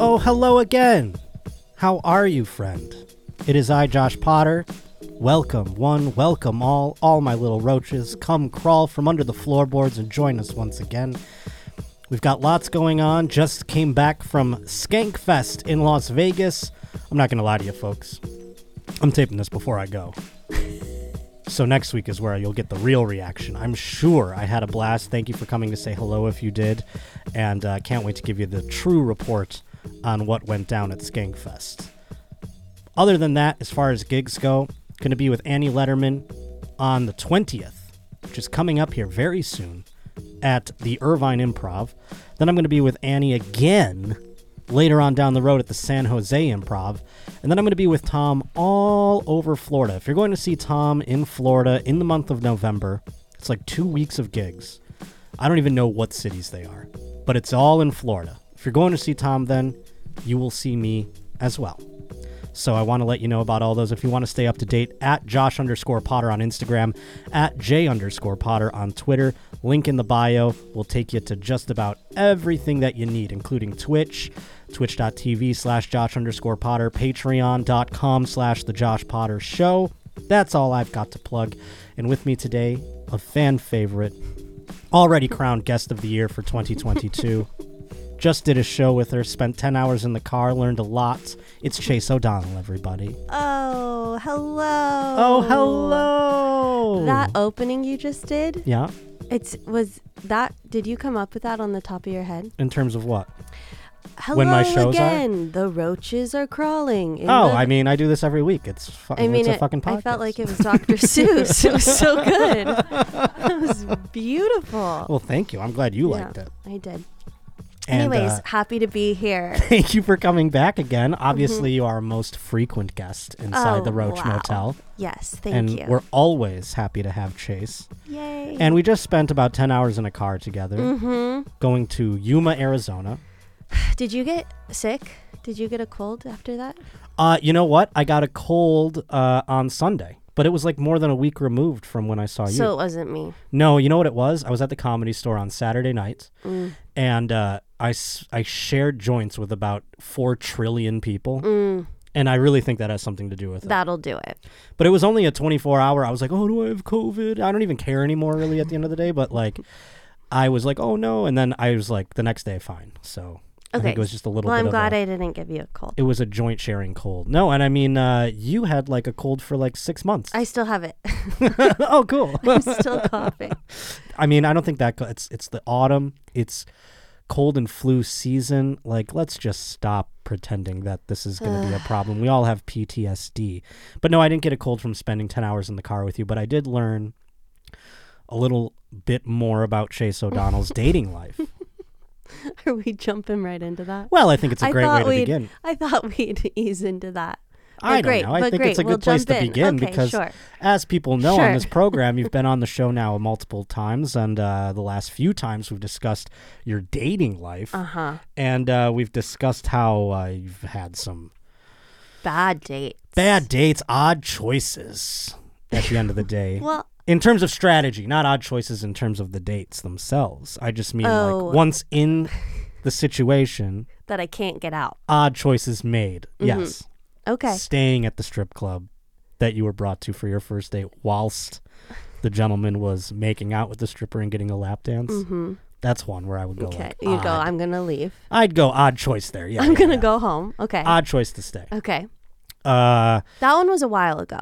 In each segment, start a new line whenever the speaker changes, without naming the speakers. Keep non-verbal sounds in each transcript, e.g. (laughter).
Oh, hello again. How are you, friend? It is I, Josh Potter. Welcome, one, welcome all. All my little roaches, come crawl from under the floorboards and join us once again. We've got lots going on. Just came back from Skankfest in Las Vegas. I'm not going to lie to you, folks. I'm taping this before I go. So next week is where you'll get the real reaction. I'm sure I had a blast. Thank you for coming to say hello if you did, and uh, can't wait to give you the true report on what went down at Skankfest. Other than that, as far as gigs go, going to be with Annie Letterman on the 20th, which is coming up here very soon at the Irvine Improv. Then I'm going to be with Annie again later on down the road at the San Jose Improv. And then I'm going to be with Tom all over Florida. If you're going to see Tom in Florida in the month of November, it's like two weeks of gigs. I don't even know what cities they are, but it's all in Florida. If you're going to see Tom, then you will see me as well. So I want to let you know about all those. If you want to stay up to date, at Josh underscore Potter on Instagram, at J underscore Potter on Twitter. Link in the bio will take you to just about everything that you need, including Twitch, twitch.tv slash Josh underscore Potter, patreon.com slash The Josh Potter Show. That's all I've got to plug. And with me today, a fan favorite, already crowned guest of the year for 2022. Just did a show with her, spent 10 hours in the car, learned a lot. It's Chase O'Donnell, everybody.
Oh, hello.
Oh, hello.
Oh. That opening you just did,
yeah.
it's was that did you come up with that on the top of your head?
In terms of what?
Hello
When my shows are?
again. The roaches are crawling. in
oh,
the-
I mean, I do this every week. It's fu-
I mean,
it's a
it-
fucking podcast.
I felt like it
(laughs)
was Dr. Seuss. It was so good. It was beautiful.
Well, thank you. I'm glad you liked
Yeah,
it.
I did.
And,
Anyways,
uh,
happy to be
(laughs)
here.
thank you for coming back again. Obviously, you are our most frequent guest inside
Oh,
the Roach
wow.
Motel,
Yes, thank
and
you.
we're always happy to have Chase.
Yay.
And we just spent about 10 hours in a car together
Mm-hmm.
going to Yuma, Arizona.
did you get sick? Did you get a cold after that?
Uh, you know what? I got a cold uh, on Sunday, but it was like more than a week removed from when I saw Oh, you.
So it wasn't me.
No, you know what it was? I was at the comedy store on Saturday night,
Mm,
and uh, I, s- I shared joints with about 4 trillion people. And I really think that has something to do with it.
mm, That'll do it.
But it was only a 24 hour. I was like, oh, do I have COVID? I don't even care anymore, really, at the end of the day. But like, I was like, oh no. And then I was like, the next day, fine. So I
Okay.
think it was just a little
Well,
bit
I'm
of
glad
a-
I I didn't give you a cold.
it was a joint sharing cold. No, and I mean, uh, you had like a cold for like six months.
I (laughs) still have it.
(laughs) oh, cool. (laughs)
I'm still coughing.
I mean, I don't think that it's it's the autumn. It's cold and flu season. Like, let's just stop pretending that this is going to
(sighs)
be a problem. We all have PTSD. But no, I didn't get a cold from spending 10 hours in the car with you, but I did learn a little bit more about Chase
(laughs)
O'Donnell's dating life.
Are we jumping right into that?
Well, I think it's a
I
great way
thought
to
we'd-
begin.
I thought we'd (laughs) ease into that. But
I don't
great,
know. I
but
think it's
great,
a good
we'll
place to
jump in.
begin
Okay,
because,
sure.
as people know on
Sure.
this program, you've
(laughs)
been on the show now multiple times, and uh, the last few times we've discussed your dating life,
Uh huh.
and uh, we've discussed how uh, you've had some
Bad date.
bad dates, odd choices. At the end
(laughs)
of the day,
Well,
in terms of strategy, not odd choices in terms of the dates themselves. I just mean
Oh.
like once in the situation,
that I can't get out.
odd choices made.
Mm-hmm.
Yes.
Okay.
staying at the strip club that you were brought to for your first date whilst the gentleman was making out with the stripper and getting a lap dance. Mm-hmm. That's one where I would go
Okay.
like,
You go.
odd.
I'm gonna leave.
I'd go odd choice there. Yeah.
I'm
yeah,
gonna
yeah.
go home. Okay.
Odd choice to stay.
okay.
Uh,
That one was a while ago.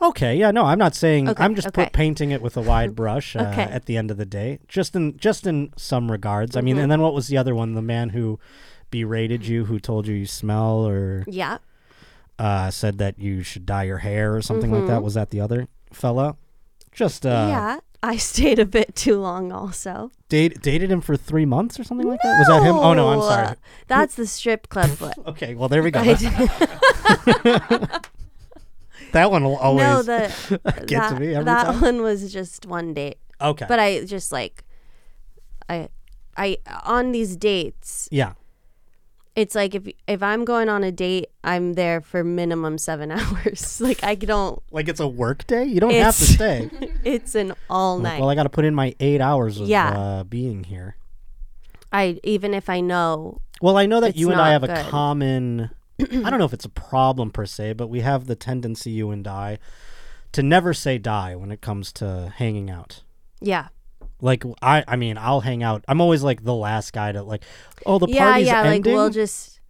okay. Yeah. No, I'm not saying.
Okay,
I'm just pu-
okay.
painting it with a
(laughs)
wide brush. Uh,
Okay.
At the end of the day, just in just in some regards. I
Mm-hmm.
mean, and then what was the other one? The man who berated you, who told you you smell, or
Yeah.
uh, said that you should dye your hair or something like that. Was that the other fella? Just uh,
Mm-hmm. yeah. I stayed a bit too long. Also.
date, dated him for three months or something like that. Was that him? Oh no, I'm sorry. (laughs)
(laughs) That's the strip club.
Okay, well there we go.
I did-
that one will always
no, the
(laughs) get
that,
to me every
that
time.
one was just one date.
Okay.
But I just like, I, I on these dates,
yeah.
it's like if if I'm going on a date, I'm there for minimum seven (laughs) hours. like I don't.
Like it's a work day? You don't have to
It's- (laughs)
stay.
It's an all night.
Like, well, I got to put in my eight hours of
Yeah.
uh, being here.
I even if I know
Well, I know that
It's
you and I
not
have a
good. (clears throat)
common. I don't know if it's a problem per se, but we have the tendency, you and I, to never say die when it comes to hanging out.
Yeah.
Like I, I mean, I'll hang out. I'm always like the last guy to like. Oh, the
Yeah,
party's
yeah.
ending.
Like we'll just.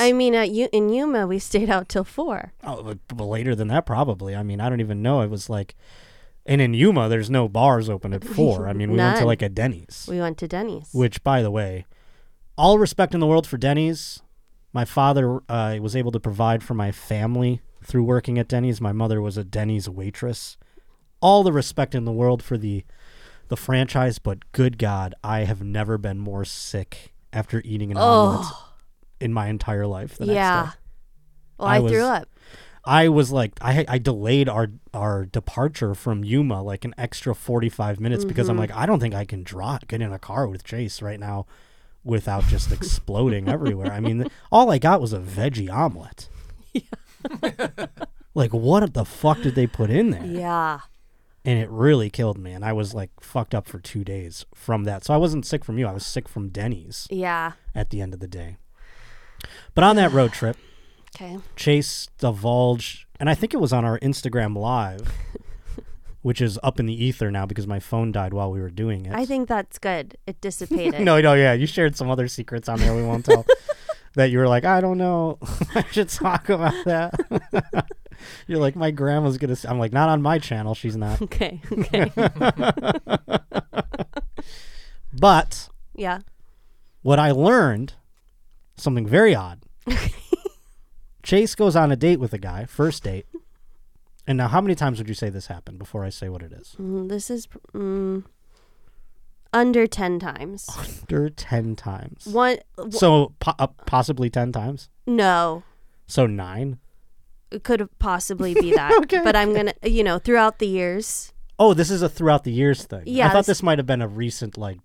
I mean, at U- in Yuma, we stayed out till four.
Oh, but- but later than that, probably. I mean, I don't even know. It was like, and in Yuma, there's no bars open at four. I mean, we went to
None.
like a Denny's,
We went to Denny's.
which, by the way, all respect in the world for Denny's. My father uh, was able to provide for my family through working at Denny's. My mother was a Denny's waitress. All the respect in the world for the the franchise, but good God, I have never been more sick after eating an omelet in my entire life. The next day.
yeah. Well,
I
I, threw
was-
up.
I was like, I I delayed our our departure from Yuma like an extra forty five minutes because I'm like, I don't think I can draw get in a car with Chase right now without just exploding everywhere. I mean, th- all I got was a veggie omelet. like, what the fuck did they put in there?
Yeah.
And it really killed me, and I was like fucked up for two days from that. So I wasn't sick from you; I was sick from Denny's
Yeah.
at the end of the day. But on that road trip.
Okay.
Chase divulged, and I think it was on our Instagram live,
(laughs)
which is up in the ether now because my phone died while we were doing it. (laughs)
I think that's good. It dissipated.
no, no, yeah, you shared some other secrets on there we won't
(laughs)
tell. that you were like, I don't know, (laughs) I should talk about that. (laughs) You're like, my grandma's gonna. s-" I'm like, not on my channel. She's
(laughs)
not. (laughs)
Okay. Okay.
But
yeah.
what I learned, something very odd.
(laughs)
Chase goes on a date with a guy, first date. And now, how many times would you say this happened before I say what it is?
Mm, this is pr- mm, under
(laughs)
ten times.
Under ten times.
One. w-
So po- uh, possibly ten times.
no.
So nine.
It could possibly be that.
(laughs) Okay,
But I'm gonna. You know, throughout the years.
Oh, this is a throughout the years thing. I
Yeah,
thought
this-
this might have been a recent like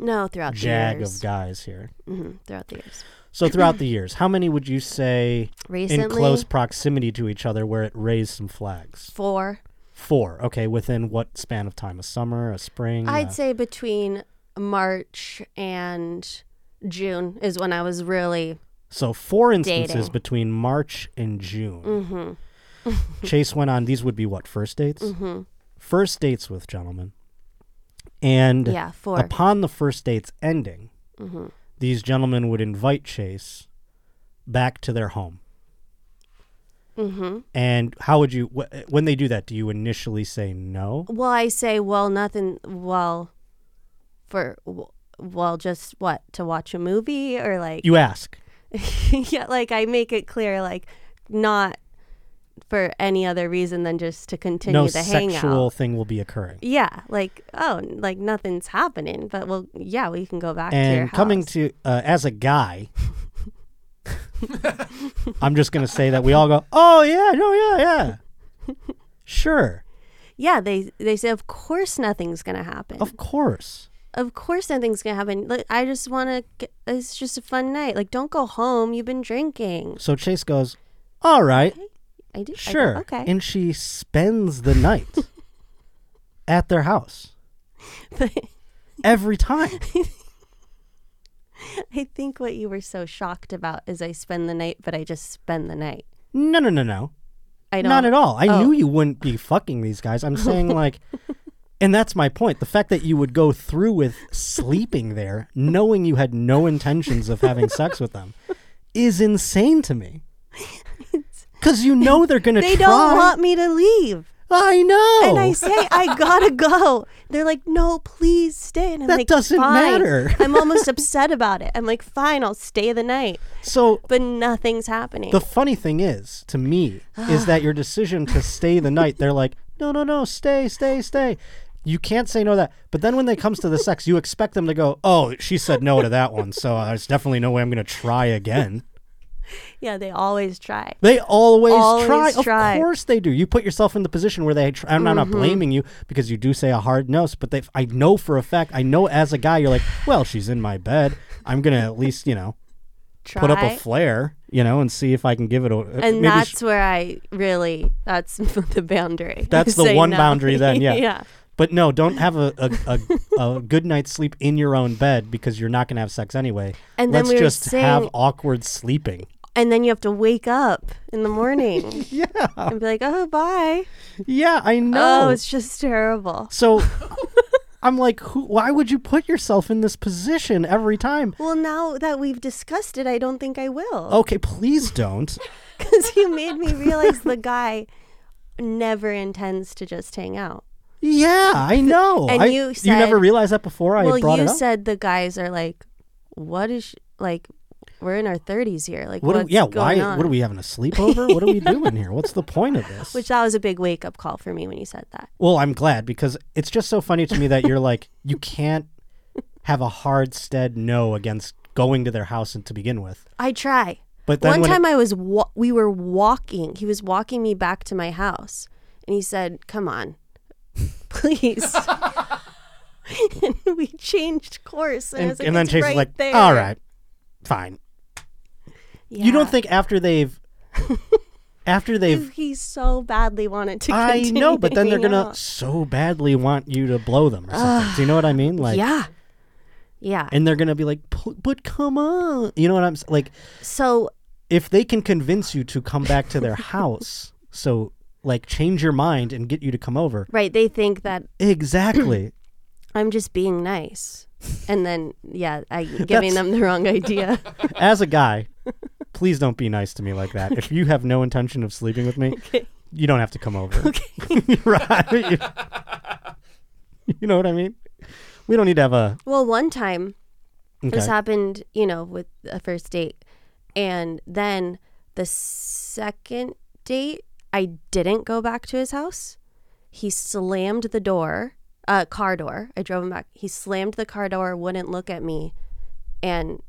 No, throughout
jag
the years.
of guys here.
hmm throughout the years.
So throughout the years, how many would you say
Recently,
in close proximity to each other where it raised some flags?
four.
Four. Okay, within what span of time? A summer, a spring?
I'd
a-
say between March and June is when I was really
So four instances
Dating.
between March and June.
Mm-hmm. (laughs)
Chase went on. These would be what first dates. Mm-hmm. First dates with gentlemen, and
yeah four.
upon the first date's ending,
Mm-hmm.
these gentlemen would invite Chase back to their home. Mm-hmm. And how would you wh- when they do that? Do you initially say no?
well, I say well nothing. Well, for well just what to watch a movie or like
You ask.
(laughs) yeah like I make it clear like not for any other reason than just to continue
no
the
sexual
hangout.
thing will be occurring.
Yeah, like oh, like nothing's happening, but well, yeah, we can go back to your
and
house.
coming to uh, as a guy (laughs) i'm just gonna say that we all go oh yeah no yeah yeah
(laughs)
sure
yeah, they they say of course nothing's gonna happen.
of course
of course nothing's gonna happen. Like, I just want to. It's just a fun night. Like, don't go home. You've been drinking.
so chase goes all right
I do. I do-
sure
okay. (laughs)
and she spends the night at their house every time
I think what you were so shocked about is I spend the night, but I just spend the night.
no no no no
I don't.
Not at all. I
Oh.
knew you wouldn't be fucking these guys. I'm
(laughs)
saying like and that's my point. The fact that you would go through with sleeping there knowing you had no intentions of having sex with them is insane to
(laughs)
me. Cuz you know they're going to
They
try.
don't want me to leave,
I know.
and I say I gotta go. They're like, "No, please stay." And I'm
That
like,
doesn't
"Fine."
matter. (laughs)
I'm almost upset about it. I'm like, "Fine, I'll stay the night,"
so
but nothing's happening.
the funny thing is to me is that your decision to stay the night they're like no no no stay stay stay you can't say no to that but then when they comes to the sex you expect them to go oh she said no to that one so uh, there's definitely no way i'm going to try again
Yeah, they always try.
They always,
Always
try.
try. Mm-hmm.
Of course they do. You put yourself in the position where they try. I'm not, not blaming you because you do say a hard no, but they, I know for a fact, I know as a guy, you're like, well, she's in my bed. I'm going to at least, you know,
Try.
put up a flare, you know, and see if I can give it a. uh,
and
maybe
that's
sh-
where I really that's (laughs) the boundary.
That's the
Say
one
no.
boundary then, yeah.
(laughs) yeah.
but no, don't have a, a, a, a good night's sleep in your own bed because you're not going to have sex anyway.
And then
Let's
we were
just have
saying-
awkward sleeping.
And then you have to wake up in the morning
(laughs) Yeah.
and be like, "Oh, bye."
Yeah, I know.
Oh, it's just terrible.
so I'm like, who, why would you put yourself in this position every time?
Well, now that we've discussed it, I don't think I will.
Okay, please don't.
Because you made me realize the guy never intends to just hang out.
Yeah, I know.
And
I-
you
you never
said-
realized that before I had
well,
Oh, brought
you
it up.
said the guys are like, what is, sh- like, we're in our 30s here. Like,
what? Are,
what's
yeah,
going
why?
on?
What are we having a sleepover? what are we doing here? What's the point of
(laughs)
this?
Which that was a big wake up call for me when you said that.
Well, I'm glad because it's just so funny to me that you're
(laughs)
like, you can't have a hard stead no against going to their house and to begin with.
I try.
But then
One
when it-
time I was, wa- we were walking. He was walking me back to my house, and he said, "Come on, (laughs) please." (laughs) and we changed course, and, I was like,
and then
"It's
Chase
right
is like,
there.
all right, fine. You don't think after
(laughs)
they've, after they've,
he so badly wanted to.
I
continue
know, but then they're
hanging
gonna
out.
so badly want you to blow them or something. Do you know what I mean? Like,
yeah, yeah.
and they're gonna be like, "P- but come on, you know what I'm s- like.
so
if they can convince you to come back to
(laughs)
their house, so like change your mind and get you to come over.
right, they think that (clears throat)
Exactly.
I'm just being nice, and then yeah, I giving them the wrong idea.
As a guy, please don't be nice to me like that. If you have no intention of sleeping with me, you don't have to come over. (laughs) right? You, you know what I mean? We don't need to have a
well, one time This
okay.
happened, you know, with a first date. And then the second date, I didn't go back to his house. He slammed the door, uh, car door. I drove him back. He slammed the car door, wouldn't look at me, and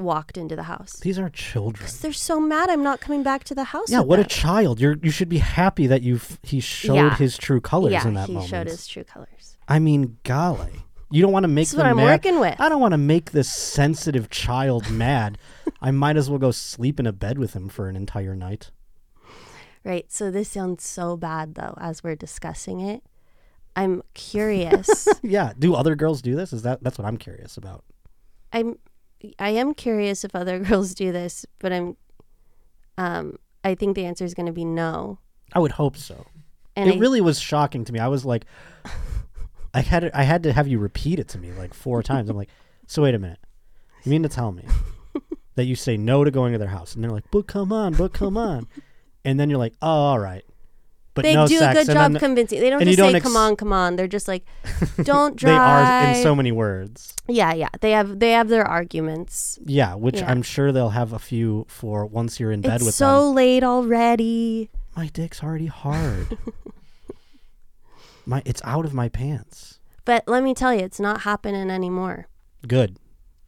walked into the house.
These are children.
They're so mad I'm not coming back to the house.
Yeah,
with
what a
them.
child! You're you should be happy that you he showed
Yeah.
his true colors
yeah,
in that
he
moment.
showed his true colors.
I mean, golly. You don't want to make
This is
them
what I'm
mad.
working with.
I don't want to make this sensitive child mad. I might as well go sleep in a bed with him for an entire night.
Right. So this sounds so bad, though, as we're discussing it. I'm
(laughs)
curious.
Yeah. Do other girls do this? Is that that's what I'm curious about?
I'm I am curious if other (laughs) girls do this, but I'm um I think the answer is going to be no.
I would hope so.
And
it
I,
really was shocking to me. I was like, I had I had to have you repeat it to me like four times. I'm like, so wait a minute. You mean to tell
(laughs)
me that you say no to going to their house, and they're like, but come on, but come on, and then you're like, oh, all right, but
they
no
do
sex,
a good
and
job
then-
convincing. They don't
and
just
you don't
say
ex-
come on, come on. They're
(laughs)
just like don't
they
drive.
are in so many words.
yeah, yeah. They have they have their arguments.
Yeah, which
Yeah.
I'm sure they'll have a few for once you're in bed
It's
with
so
them.
late already.
My dick's already hard. my it's out of my pants.
But let me tell you, it's not happening anymore.
Good.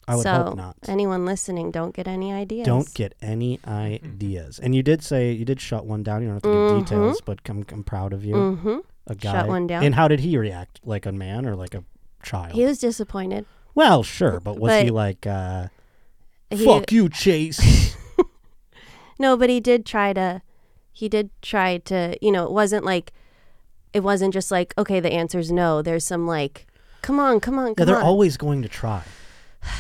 I would
so
hope not.
anyone listening, don't get any ideas.
Don't get any ideas. And you did say you did shut one down. You don't have to give details, but I'm, I'm proud of you.
Mm-hmm.
A guy.
Shut one down.
And how did he react? Like a man or like a child?
He was disappointed.
well, sure, but was he
But-
like, uh,
He-
fuck you, Chase?
(laughs) No, but he did try to. He did try to. You know, it wasn't like. It wasn't just like okay, the answer's no. There's some like, come on, come on,
Yeah,
come
they're
on.
always going to try.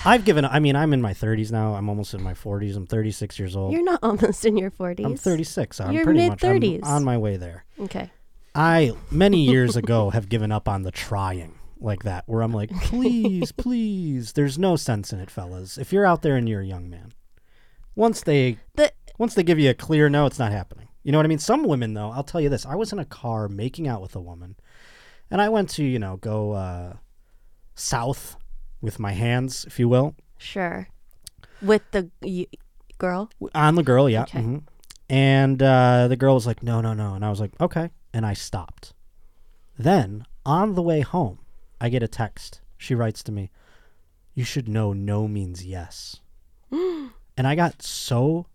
I've given. I mean, I'm in my 30s now. I'm almost in my 40s. I'm 36 years old.
You're not (laughs) almost in your 40s.
I'm 36. I'm
You're
pretty much I'm
mid-thirties.
on my way there.
Okay.
I many years ago (laughs) have given up on the trying like that, where I'm like, please, please. There's no sense in it, fellas. If you're out there and you're a young man, once they
The
once they give you a clear no, it's not happening. You know what I mean? Some women, though, I'll tell you this. I was in a car making out with a woman, and I went to, you know, go uh, south with my hands, if you will,
sure. With the y girl.
w- on the girl, yeah.
Okay.
mhm. And uh, the girl was like, no, no, no. And I was like, okay. And I stopped. Then, on the way home, I get a text. She writes to me,
(gasps)
you should know no means yes. and I got so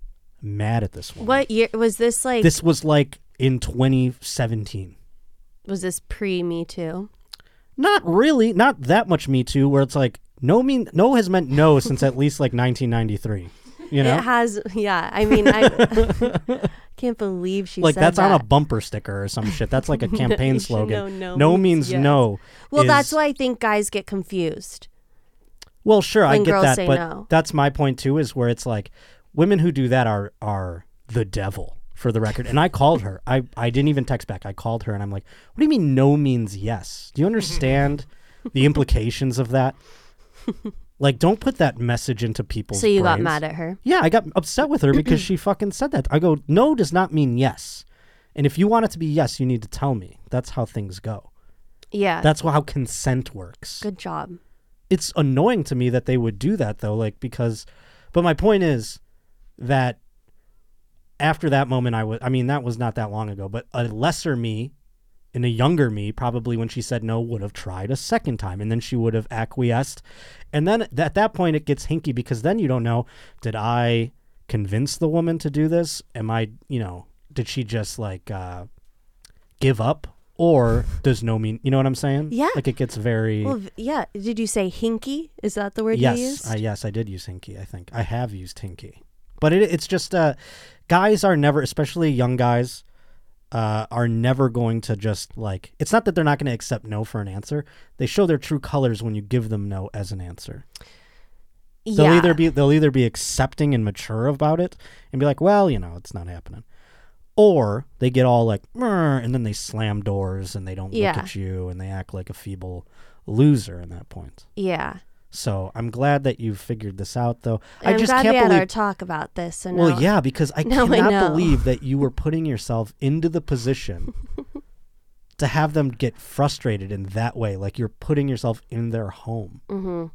mad at this one.
What year was this like?
This was like in 2017.
was this pre Me Too?
Not really, not that much Me Too, where it's like no mean no has meant no since at least like 1993.
(laughs)
You know,
It has, yeah. I (laughs) mean, I can't believe she
like
said
that's
that.
on a bumper sticker or some shit. That's
(laughs)
like a campaign
you should know
slogan.
no
no
means
means,
yes.
no.
Well,
is-
that's why I think guys get confused.
Well, sure, I
when
get
girls
that,
say
but
no.
that's my point too. Is where it's like women who do that are are the devil for the record. And I called her. I I didn't even text back. I called her and I'm like, "What do you mean no means yes? Do you understand the implications of
(laughs)
that? Like, don't put that message into people's.
So you got
brains.
mad at her.
Yeah, I got upset with her because she fucking said that. I go, no does not mean yes. And if you want it to be yes, you need to tell me. That's how things go.
Yeah.
That's how consent works.
Good job.
It's annoying to me that they would do that though, like because but my point is that after that moment I was I mean that was not that long ago, but a lesser me and a younger me probably when she said no would have tried a second time and then she would have acquiesced and then th- at that point it gets hinky because then you don't know did i convince the woman to do this am i you know did she just like uh give up or does no mean you know what i'm saying
Yeah.
like it gets very
Well, v- yeah. Did you say hinky? Is that the word
yes
you used?
I, yes i did use hinky i think i have used hinky but it, it's just uh guys are never especially young guys uh, are never going to just like it's not that they're not going to accept no for an answer they show their true colors when you give them no as an answer they'll
yeah.
either be they'll either be accepting and mature about it and be like well you know it's not happening or they get all like "Mrr," and then they slam doors and they don't
Yeah.
look at you and they act like a feeble loser in that point
yeah.
so i'm glad that you've figured this out though i
I'm
just
glad
can't
we
believe
had our talk about this. So now
well, yeah, because I
(laughs) Now I
cannot
know.
believe that you were putting yourself into the
(laughs)
position to have them get frustrated in that way. Like you're putting yourself in their home. Mm-hmm. Mm-hmm.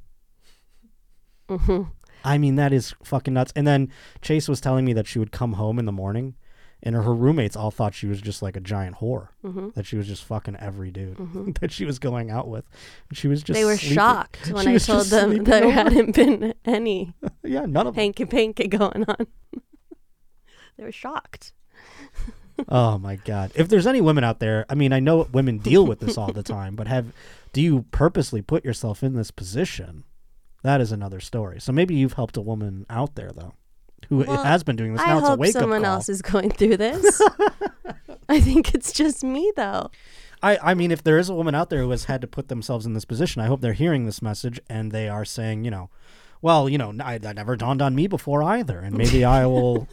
Mm-hmm.
(laughs) I mean, that is fucking nuts. And then Chase was telling me that she would come home in the morning, and her roommates all thought she was just like a giant whore.
Mm-hmm.
That she was just fucking every dude (laughs) that she was going out with. And she was just
they were
sleeping- (laughs)
shocked when
she
I
was
told
just
them
sleeping
there
over-
hadn't been
(laughs)
any
Yeah, none of them.
hanky panky going on. (laughs) they were shocked.
Oh my god. If there's any women out there, I mean, I know women deal with this
(laughs)
all the time, but have do you purposely put yourself in this position? That is another story. So maybe you've helped a woman out there though who
Well,
has been doing this now
I
it's a
hope
wake
someone
up call.
else is going
(laughs)
through this. I think it's just me though.
I I mean, if there is a woman out there who has had to put themselves in this position, I hope they're hearing this message and they are saying, you know, well, you know, n- I, that never dawned on me before either, and maybe I
(laughs)
will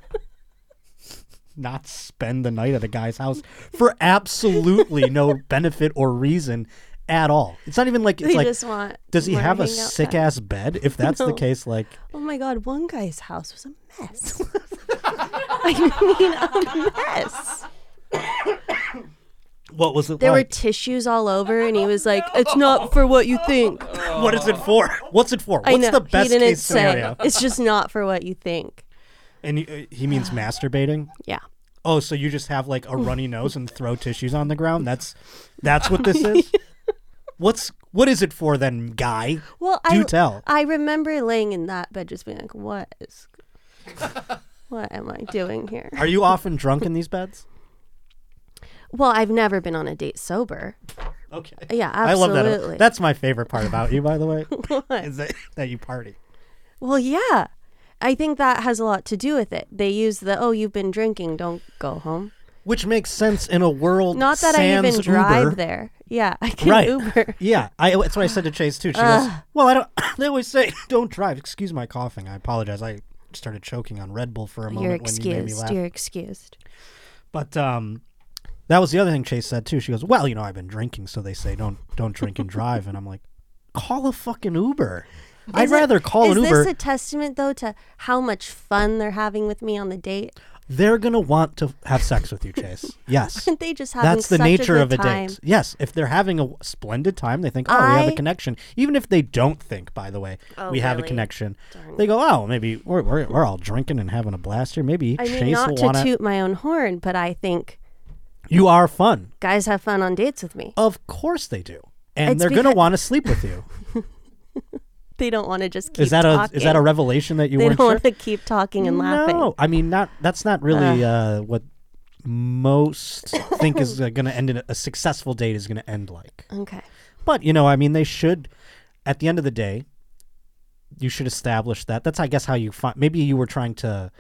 not spend the night at a guy's house for absolutely no benefit or reason at all. It's not even like it's
they
like
just want.
does he
more
have a
hangout
sick
time.
ass bed? If that's the
No.
case, like
Oh my god, one guy's house was a mess.
(laughs)
(laughs) I mean, (laughs) a mess.
what was it
There were
like?
tissues all over, and he was like,
(laughs)
"It's not for what you think."
what is it for? What's it for?
I
What's
know
the best
he didn't
case
say.
scenario?
(laughs) It's just not for what you think.
And he, uh, he means masturbating.
Yeah.
Oh, so you just have like a runny nose and throw tissues on the ground? That's that's what this
(laughs)
is? What's what is it for then, guy?
Well,
Do
I
tell.
I remember laying in that bed, just being like, "What is? (laughs) what am I doing here?"
Are you often drunk in these beds?
Well, I've never been on a date sober.
Okay.
Yeah,
I love
absolutely.
that. That's my favorite part about you, by the
(laughs)
way. is that, that you party.
Well, yeah. I think that has a lot to do with it. They use the, oh, you've been drinking, don't go home.
Which makes sense in a world
Not that I
sans
even drive
Uber.
there. Yeah, I can
Right. (laughs)
Uber.
Yeah, I, that's what I said to Chase too. She goes, "Well, I don't." (laughs) They always say, "Don't drive." Excuse my coughing. I apologize. I started choking on Red Bull for a moment
You're
when you made me
excused.
laugh.
You're excused.
But um, that was the other thing Chase said too. She goes, "Well, you know, I've been drinking, so they say don't don't drink and drive." And I'm like, "Call a fucking Uber." I'd
Is it-
rather call
is
an Uber.
this a testament, though, to how much fun they're having with me on the date? (laughs)
They're gonna want to have sex with you, Chase. Yes,
Aren't they just having
that's the
such
nature
a good
of a
time?
date. Yes, if they're having a w- splendid time, they think, "Oh, we have a
I-
connection." Even if they don't think, by the way,
Oh,
we have a
really?
connection. They go, "Oh, maybe we're, we're we're all drinking and having a blast here. Maybe
I mean,
Chase
not
will
to
want to."
toot my own horn, but I think
You are fun.
guys have fun on dates with me. (laughs)
Of course they do. And
It's
they're going to
because-
want to sleep with you.
they don't want to just keep
Is that
talking. (laughs)
a is that a revelation that you
They
weren't
don't
sure?
want to keep talking and laughing.
No, I mean not. That's not really uh, what most think is uh, going to end in a, a successful date is going to end like.
Okay.
But you know, I mean, they should. At the end of the day, you should establish that. That's, I guess, how you find. Maybe you were trying to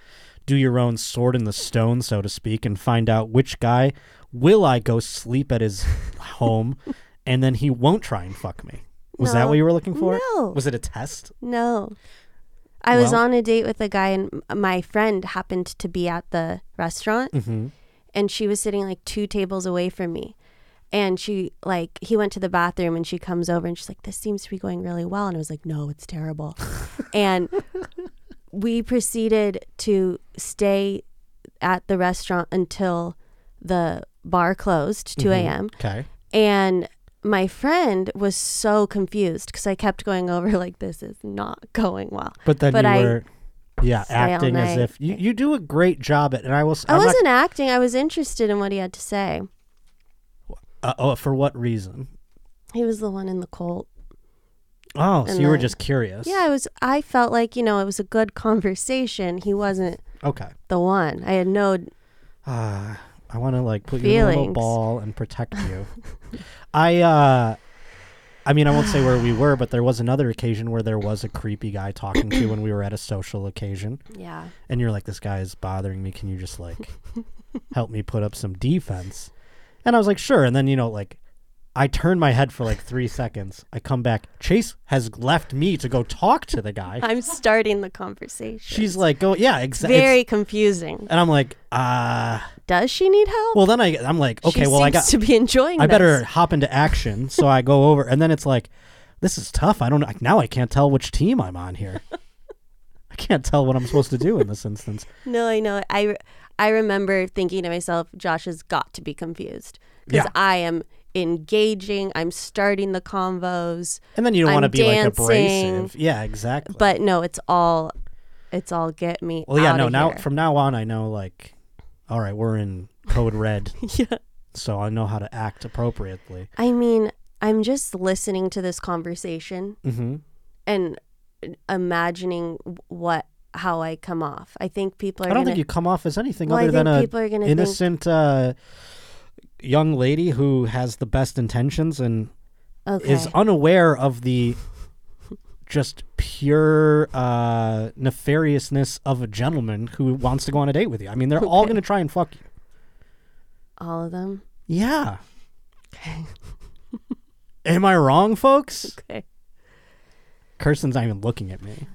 do your own sword in the stone, so to speak, and find out which guy will I go sleep at his
(laughs)
home, and then he won't try and fuck me. Was that
No.
what you were looking for?
No.
Was it a test?
No. I was
Well-
on a date with a guy, and m- my friend happened to be at the restaurant,
Mm-hmm.
and she was sitting like two tables away from me. And she, like, he went to the bathroom, and she comes over and she's like, This seems to be going really well. And I was like, No, it's
(laughs)
terrible. and we proceeded to stay at the restaurant until the bar closed, 2
Mm-hmm.
a.m.
Okay.
And my friend was so confused because I kept going (laughs) over like this is not going well.
But then
But
you
I
were, yeah,
stay all
acting as
night. Oh,
if you, you do a great job at, and I will. s-
I
I'm not-
wasn't acting. I was interested in what he had to say.
uh, oh, for what reason?
He was the one in the cult.
Oh, so
And
you were
the-
just curious.
Yeah, I was. I felt like you know it was a good (laughs) conversation. He wasn't
Okay.
the one. I had no.
Ah, I want to like put you in a little
Feelings.
ball and protect
(laughs)
you. I, uh, I mean, I won't say where we were, but there was another occasion where there was a creepy guy talking to when we were at a social occasion,
Yeah.
and you're like, "This guy is bothering me. Can you just like help me put up some defense?" And I was like, "Sure." And then you know, like, I turn my head for like three seconds. I come back. Chase has left me to go talk to the guy.
(laughs) I'm starting the conversation.
She's like, "Go, yeah, exactly."
very confusing.
And I'm like, uh
Does she need help?
well, then I, I'm like, okay,
she
well,
seems
I got,
to be enjoying.
I
this.
better hop into action. So I go over, and then it's like, this is tough. I don't like now. I can't tell which team I'm on here. I can't tell what I'm supposed to do in this instance.
No, I know. I I remember thinking to myself, Josh has got to be confused because
Yeah.
I am engaging. I'm starting the convos,
And then you don't
I'm
want to be like
dancing.
abrasive. Yeah, exactly.
but no, it's all it's all get me.
well, yeah,
outta
no. Now
here.
from now on, I know like, all right, we're in code red,
(laughs) yeah.
so I know how to act appropriately.
I mean, I'm just listening to this conversation
Mm-hmm.
and imagining what how I come off. I think people are.
I don't
gonna,
think you come off as anything
Well, I
other
think
than a
people are going to think.
innocent uh, young lady who has the best intentions and
Okay.
is unaware of the just pure uh, nefariousness of a gentleman who wants to go on a date with you. I mean, they're all going to try and fuck you.
all of them.
Yeah. (laughs) Am I wrong, folks?
Okay.
Kirsten's not even looking at me.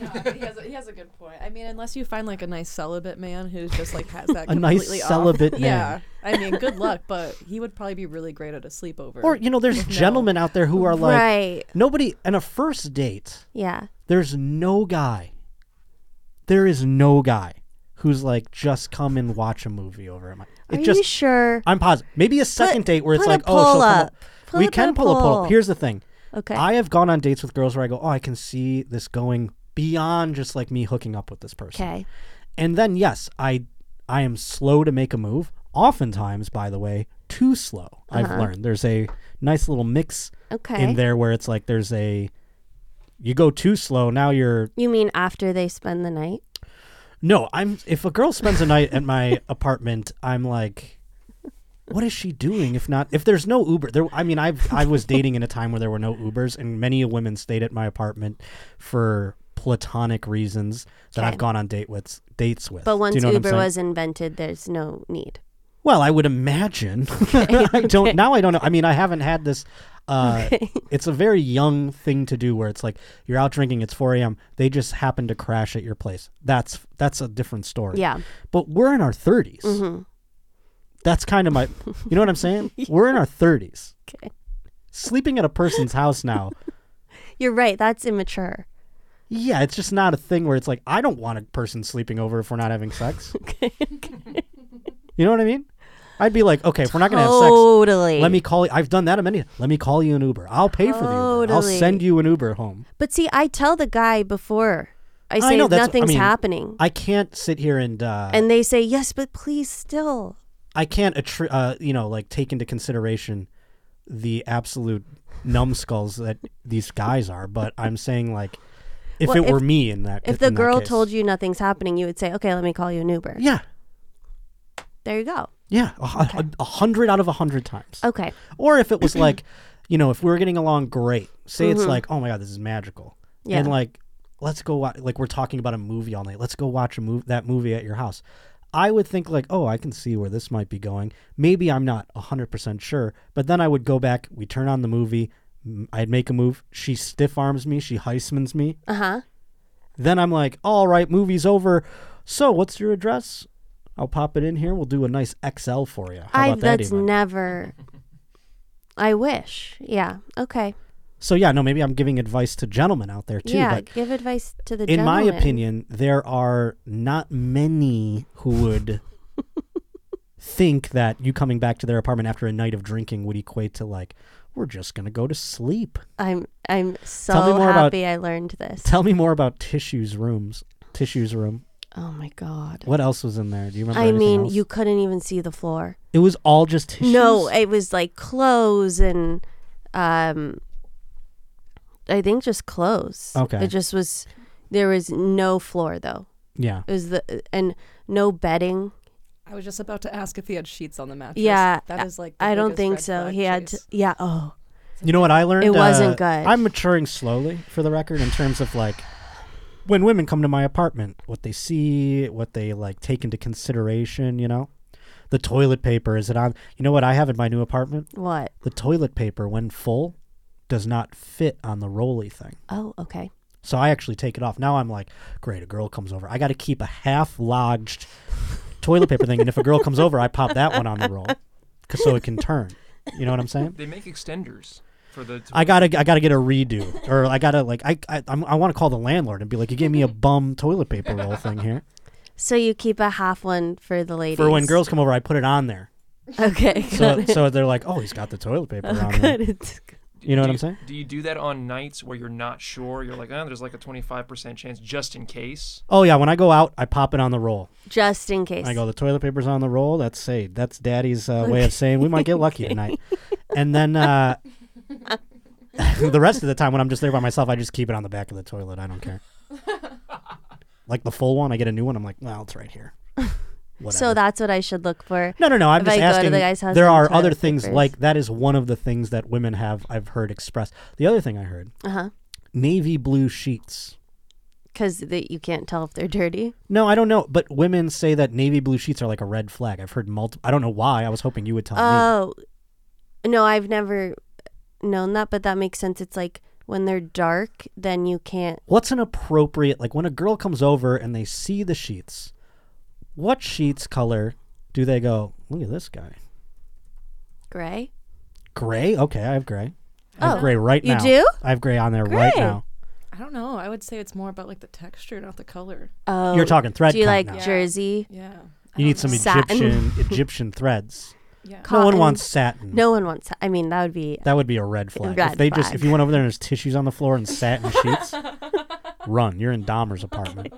No, he, has a, he has a good point. I mean, unless you find like a nice celibate man who's just like
(laughs)
has that
A nice
completely off.
celibate man.
Yeah, I mean, good luck, but he would probably be really great at a sleepover.
Or, you know,
(laughs)
there's gentlemen out there who are like,
right.
nobody, on a first date,
Yeah.
there's no guy, there is no guy who's like, just come and watch a movie over at my. It
are
just
you sure?
I'm positive. Maybe a second
Put-
date where it's
put a
like, oh, she'll
poll
come up.
up. Put
we
up
can
a
pull a poll.
poll.
Here's the thing.
Okay.
I have gone on dates with girls where I go, oh, I can see this going beyond just like me hooking up with this person.
Okay.
And then yes, I I am slow to make a move. Oftentimes, by the way, too slow. I've learned there's a nice little mix
Uh-huh. Okay.
in there where it's like there's a you go too slow. Now you're
You mean after they spend the night?
no. I'm if a girl spends a night at
(laughs)
my apartment, I'm like. what is she doing if not if there's no uber there i mean i've i was dating in a time where there were no ubers and many women stayed at my apartment for platonic reasons that i've
Okay.
gone on date with dates with
But
Do
once
you know what I'm
Uber
saying?
was invented, there's no need.
well i would
(laughs)
imagine (laughs) i don't now i don't know i mean i haven't had this uh, It's a very young thing to do, where it's like you're out drinking. It's 4 a.m. They just happen to crash at your place. That's that's a different story.
Yeah.
But we're in our 30s.
Mhm.
That's kind of my, you know what I'm
(laughs)
saying? We're in our 30s.
Okay.
Sleeping at a person's house
(laughs)
now.
You're right. That's immature.
Yeah, it's just not a thing where it's like, I don't want a person sleeping over if we're not having
(laughs)
sex. You know what I mean? I'd be like, okay, if we're not going to have
Totally.
sex, let me call you. I've done that a many Let me call you an Uber. I'll pay for the Uber. I'll
Totally.
send you an Uber home.
But see, I tell the guy before. I say
know, that's- I
nothing's
mean,
happening,
I can't sit here and, uh,
and they say yes, but please still.
I can't, attri- uh, you know, like take into consideration the absolute numbskulls that these guys are, but I'm saying like if
Well,
it
if-
were me in that
If the
in that
girl
case.
told you nothing's happening, you would say, "Okay, let me call you an Uber."
Yeah.
There you go.
Yeah. A, hu- a- a hundred out of a hundred times.
Okay.
Or if it
(clears throat)
was like, you know, if we were getting along great. Say it's like, oh my god, this is magical.
Mm-hmm. Yeah.
And like, let's go watch. Like we're talking about a movie all night. Let's go watch a movie that movie at your house. I would think like, oh, I can see where this might be going. Maybe I'm not hundred percent sure, but then I would go back. We turn on the movie. m- I'd make a move. She stiff arms me. She Heisman's me.
Uh huh.
Then I'm like, all right, movie's over. So what's your address? I'll pop it in here. We'll do a nice XL for you. How
I
about that?
that's
even?
never. I wish. Yeah. Okay.
so yeah, no, maybe I'm giving advice to gentlemen out there too.
yeah.
but
give advice to the.
in my
gentleman.
opinion, there are not many who
(laughs)
would think that you coming back to their apartment after a night of drinking would equate to like, we're just gonna go to sleep. (laughs)
I'm I'm so
Tell me more about-
happy I learned this.
Tell me more about tissues rooms. Tissues room.
oh my god.
What else was in there? Do you remember?
I
anything
mean,
else?
you couldn't even see the floor.
It was all just tissues.
No, it was like clothes and um I think just clothes.
Okay.
It just was there was no floor though.
yeah.
It was the and no bedding.
I was just about to ask if he had sheets on the mattress.
Yeah,
that is like. the
I don't
biggest
think
red
so.
flag
He had to,
choice.
yeah, oh.
You know what I learned?
It wasn't
Uh,
good.
I'm maturing slowly, for the record, in terms of like when women come to my apartment, what they see, what they like take into consideration. You know, the toilet paper is it on? You know what I have in my new apartment?
What?
The toilet paper, when full, does not fit on the rolly thing.
Oh, okay.
So I actually take it off. Now I'm like, great, a girl comes over. I got to keep a half lodged toilet paper thing, and if a girl comes over, I pop that one on the roll, 'cause- so it can turn. You know what I'm saying?
They make extenders for the.
I gotta, I gotta get a redo, or I gotta like, I, I, I'm, I want to call the landlord and be like, you gave me a bum toilet paper roll thing here.
So you keep a half one for the ladies.
For when girls come over, I put it on there,
Okay.
(laughs)
(laughs)
so,
got it.
so they're like, oh, he's got the toilet paper
Oh, (laughs)
on. There.
good. It's good.
You know what
do
I'm saying?
Do you do that on nights where you're not sure? You're like, oh, there's like a 25% chance just in case.
Oh yeah, when I go out, I pop it on the roll.
Just in case.
I go, the toilet paper's on the roll. That's say, that's Daddy's uh, way of saying we might get lucky tonight. And then uh, (laughs) the rest of the time, when I'm just there by myself, I just keep it on the back of the toilet. I don't care. like the full one, I get a new one. I'm like, well, it's right here. Whatever.
So that's what I should look for.
No, no, no. I'm
If
just
I go to
asking.
the guy's house
there
and
are
try
other
the
things
papers.
like that. Is one of the things that women have. I've heard expressed. The other thing I heard:
Uh-huh.
navy blue sheets.
Cuz you can't tell if they're dirty.
No, I don't know, but women say that navy blue sheets are like a red flag. I've heard multiple. I don't know why. I was hoping you would tell me.
Oh, no, I've never known that, but that makes sense. It's like when they're dark, then you can't.
What's an appropriate like when a girl comes over and they see the sheets? What sheets color do they go? Look at this guy.
Gray?
Gray. Okay, I have gray. I have
Oh,
gray right
you
now.
do?
I have gray on there right
Gray.
now.
I don't know. I would say it's more about like the texture, not the color.
Oh.
You're talking thread
Do you
count
like
now.
Yeah.
jersey?
Yeah. I
You need some
don't know.
Satin.
Egyptian Egyptian
(laughs)
threads.
Yeah.
No one
Cotton.
wants satin.
No one wants that. I mean, that would (laughs) be.
That would be a red flag. if
Red
they just if
flag.
you went over there and there's tissues on the floor and
(laughs)
satin sheets, run. You're in Dahmer's apartment.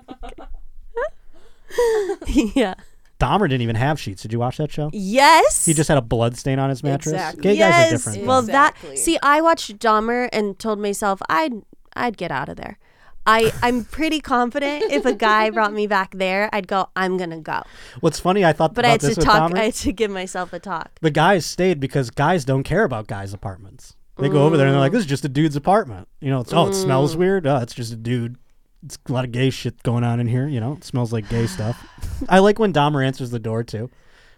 yeah.
Dahmer didn't even have sheets. Did you watch that show?
Yes.
He just had a blood stain on his mattress.
Exactly.
Gay
yes.
guys are different.
Well,
though.
that.
Exactly.
See, I watched Dahmer and told myself I'd I'd get out of there. I, I'm pretty confident if a guy (laughs) brought me back there, I'd go, I'm going to go.
what's funny, I thought
But
about
I had to
this with
talk.
Dahmer.
I had to give myself a talk.
the guys stayed because guys don't care about guys' apartments. They go over there and they're like, "This is just a dude's apartment." You know, it's oh, it
Mm.
smells weird. Oh, it's just a dude. It's a lot of gay shit going on in here. You know, it smells like gay stuff.
(sighs)
I like when Dahmer answers the door too.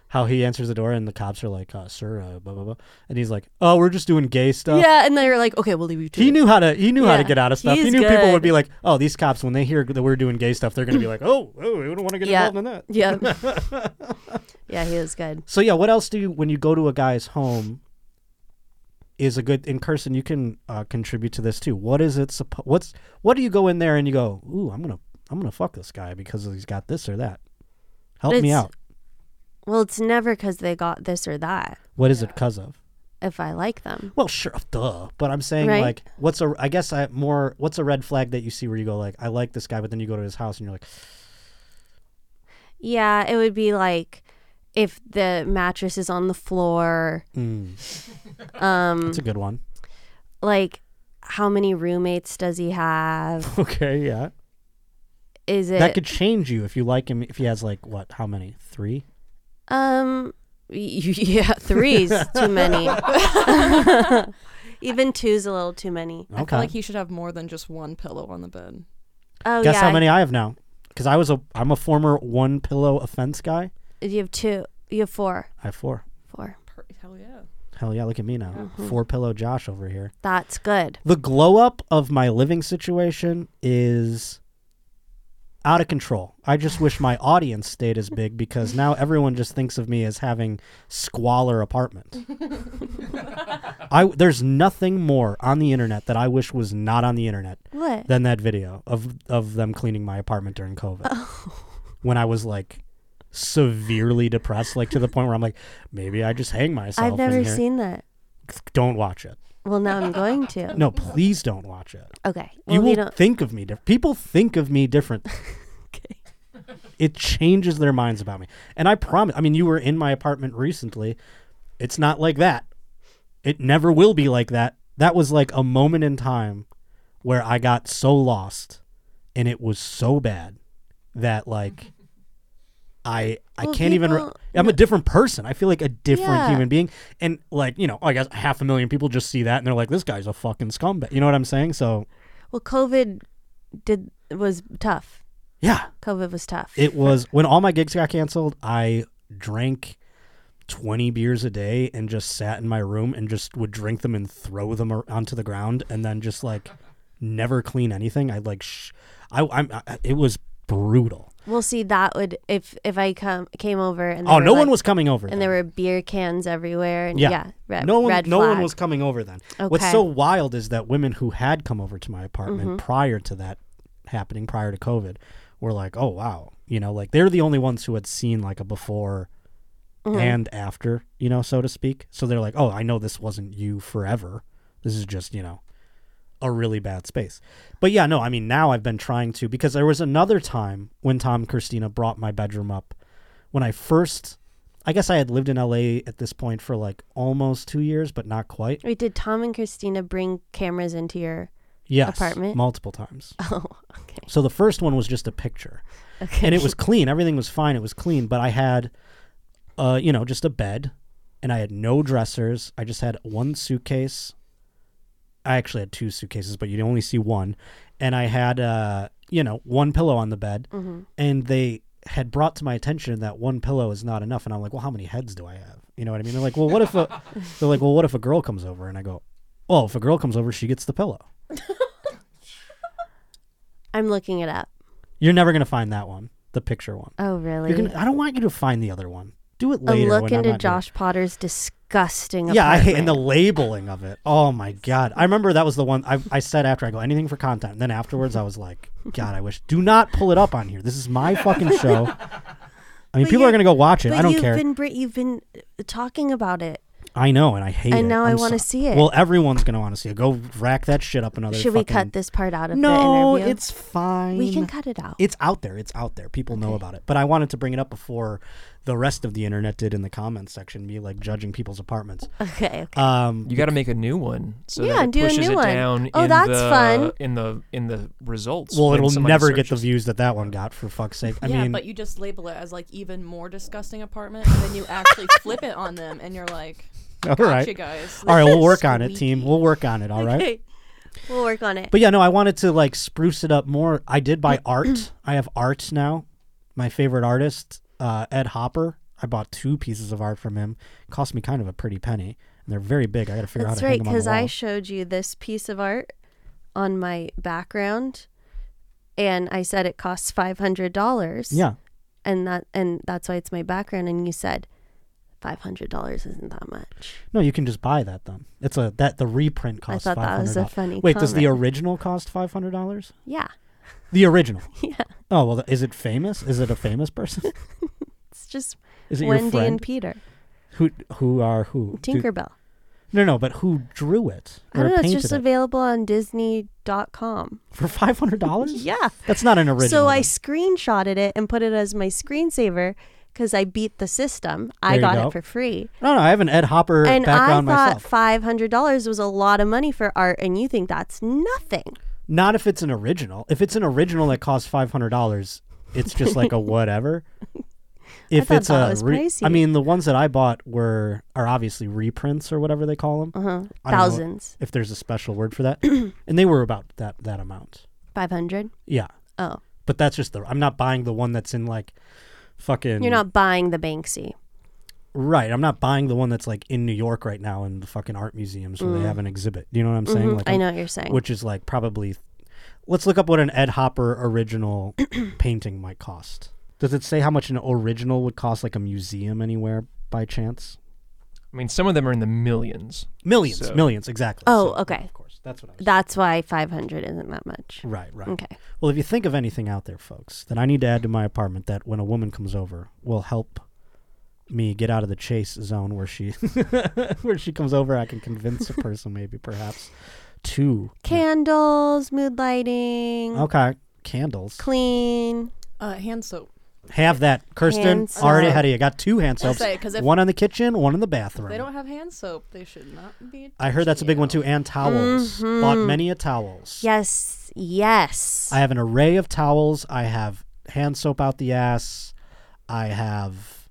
How he answers the door and the cops are like, uh, "Sir, uh, blah blah blah," and he's like, "Oh, we're just doing gay stuff."
Yeah. And they were like, okay, we'll leave you to
He
it."
knew how to. He knew how to
Yeah,
get out of stuff. He
he's
knew people would
good.
be like, "Oh, these cops, when they hear that we're doing gay stuff, they're going to
(laughs)
be like, oh, oh, we don't want to get
Yeah.
involved in that." (laughs)
Yeah. yeah, he was good.
So yeah, what else do you when you go to a guy's home? Is a good in Kirsten. You can uh, contribute to this too. What is it? Suppo- what's what do you go in there and you go? Ooh, I'm gonna I'm gonna fuck this guy because he's got this or that. Help me
It's-
out.
Well, it's never because they got this or that.
What is it cause of?
If I like them,
Well, sure, duh. But I'm saying
Right.
like, what's a? I guess I more. What's a red flag that you see where you go like, I like this guy, but then you go to his house and you're like,
yeah, it would be like if the mattress is on the floor.
mm,
(laughs) Um,
that's a good one. (laughs)
Like, how many roommates does he have?
Okay, yeah.
Is it
That could change you if you like him. If he has like what? How many? Three?
um? y- (laughs) Yeah, three's too many. (laughs) Even two's a little too many.
I feel like he should have more than just one pillow on the bed.
Oh
Guess
yeah,
how many I have now? Because I was a I'm a former one pillow offense guy.
You have two. You have four.
I have four.
Four.
Per- hell yeah.
Hell yeah, look at me now.
Mm-hmm.
Four pillow Josh over here.
That's good.
The glow up of my living situation is out of control. I just wish
(laughs)
my audience stayed as big because now everyone just thinks of me as having squalor
(laughs)
apartments. I there's nothing more on the internet that I wish was not on the internet
What?
than that video of of them cleaning my apartment during COVID.
Oh.
When I was like severely depressed, like to the point where I'm like, maybe I just hang myself.
I've never
in here.
seen that.
Don't watch it.
Well, now I'm going to.
No, please don't watch it.
Okay.
you
Well, we
will
don't.
think of me. Diff- people think of me different.
(laughs) Okay.
It changes their minds about me. And I promise. I mean, you were in my apartment recently. It's not like that. It never will be like that. That was like a moment in time where I got so lost, and it was so bad that like. I, I
Well,
can't even. Re-
people-
I'm a different person. I feel like a different
Yeah.
human being. And like you know, I guess half a million people just see that and they're like, "This guy's a fucking scumbag." You know what I'm saying? So
Well, COVID did was tough.
yeah,
COVID was tough.
It was when all my gigs got canceled. I drank twenty beers a day and just sat in my room and just would drink them and throw them ar- onto the ground and then just like never clean anything. I like, sh- I, I'm. I, it was brutal.
We'll see. That would if if I come came over and
Oh,
there
no
were,
one
like-
was coming over.
and
then.
there were beer cans everywhere and
Yeah.
yeah, red,
no one,
red
no one
flag.
was coming over then. What's
Okay. Mm-hmm.
so wild is that women who had come over to my apartment prior to that happening, prior to COVID, were like, "Oh wow," you know, like they're the only ones who had seen like a before
Mm-hmm.
and after, you know, so to speak. So they're like, "Oh, I know this wasn't you forever. This is just you know." A really bad space, but yeah, no. I mean, now I've been trying to because there was another time when Tom and Christina brought my bedroom up when I first, I guess I had lived in LA at this point for like almost two years, but not quite.
Wait, did Tom and Christina bring cameras
(laughs)
into your?
Yes,
Apartment?
multiple times.
Oh, okay.
So the first one was just a picture,
Okay.
and it was clean. Everything was fine. It was clean, but I had, uh, you know, just a bed, and I had no dressers. I just had one suitcase. I actually had two suitcases, but you only see one, and I had, uh, you know, one pillow on the bed, and they had brought to my attention that one pillow is not enough, and I'm like, well, how many heads do I have? You know what I mean? They're like, well, what if a, they're like, well, what if a girl comes over? And I go, well, if a girl comes over, she gets the pillow.
I'm looking it up.
You're never gonna find that one, the picture one.
Oh, really?
You're gonna, I don't want you to find the other one. Do it
A
later.
look
when I'm
into
not doing-
Josh Potter's disgusting.
Yeah, I hate,
apartment.
and the labeling of it. Oh my god! I remember that was the one I, I said after I go anything for content. And then afterwards, I was like, God, I wish. Do not pull it up on here. This is my fucking show. I mean,
But
people
you-
are gonna go watch it.
But
I don't
you've
care.
been br- you've been uh, talking about it.
I know, and I hate it.
And now I
I'm
wanna
so-
see it.
Well, everyone's gonna want to see it. Go rack that shit up another.
Should we
fucking-
cut this part out of
No,
the interview?
it's fine.
we can cut it out.
It's out there. It's out there. People know about it. But I wanted to bring it up before the rest of the internet did in the comments section, me like judging people's apartments.
okay, okay.
Um,
You got to make a new one, so
Yeah,
that it
and do a
pushes
new
it
one.
down.
Oh,
in
that's
the,
fun.
In the in the results.
well,
when
it'll
somebody
never get the
searches.
views that that one got. For fuck's sake. I
yeah,
mean,
but you just label it as like even more disgusting apartment, and then you actually flip it on them, and you're like,
(laughs) all
gotcha,
right,
guys.
all right, we'll work on it, team. We'll work on it. All right.
Okay. We'll work on it.
But yeah, no, I wanted to like spruce it up more. I did buy art. I have art now. My favorite artist, uh, Ed Hopper. I bought two pieces of art from him. Cost me kind of a pretty penny, and they're very big. I got to figure
That's
out how to
right,
hang them on the
because I
wall.
showed you this piece of art on my background, and I said it costs five hundred dollars.
yeah.
and that and that's why it's my background. And you said five hundred dollars isn't that much.
No, you can just buy that then. It's a that the reprint costs.
thought that was a
$500.
funny
Wait, does the
comment.
original cost five hundred dollars?
Yeah, (laughs)
The original.
yeah.
Oh well, th- is it famous? Is it a famous
(laughs)
person? (laughs)
It's just
Is it your
Wendy
friend
and Peter
who who are who? Do-
Tinkerbell.
no, no, but who drew it
I
or
don't know. It's
painted
just
it
available on Disney.com.
for five
(laughs)
hundred dollars?
Yeah.
That's not an original.
So I
then.
screenshotted it and put it as my screensaver because I beat the system. I
There you
got
go.
it for free.
No, no, I have an Ed Hopper
And I
background
thought
myself.
$500 was a lot of money for art, and you think that's nothing.
Not if it's an original. If it's an original that costs five hundred dollars, it's just
(laughs)
like a whatever. If
thought
it's
that
a,
was
re- I
pricey.
mean, the ones that I bought were are obviously reprints or whatever they call them.
Uh-huh.
I don't know
Thousands.
If there's a special word for
(clears throat)
that, and they were about that that amount.
500
Yeah,
Oh.
but that's just the. I'm not buying the one that's in like fucking.
You're not buying the Banksy.
right. I'm not buying the one that's like in New York right now in the fucking art museums where they have an exhibit. Do you know what I'm saying?
Mhm,
Like
Mm. I
I'm-
know what you're saying.
which is like probably let's look up what an ed hopper
(clears throat)
original painting might cost does it say how much an original would cost like a museum anywhere by chance
I mean, some of them are in the millions.
millions
So-
millions exactly
Oh,
So,
okay.
of course that's what i was
That's why 500 isn't that much.
right right
Okay.
well if you think of anything out there folks that i need to add to my apartment that when a woman comes over will help me get out of the chase zone where she (laughs) where she comes over i can convince a person maybe perhaps to
Candles, mood lighting,
okay candles
clean.
Uh, hand soap.
Have that, Kirsten.
Hand
Already
soap.
ahead of you. Got two hand soaps.
say, 'cause if-
one in the kitchen, one in the
They don't
bathroom.
have hand soap. They should not be.
I heard that's a big
touching
one
you.
too. And towels. Bought many a towels.
Mm-hmm. Yes. Yes.
I have an array of towels. I have hand soap out the ass. I have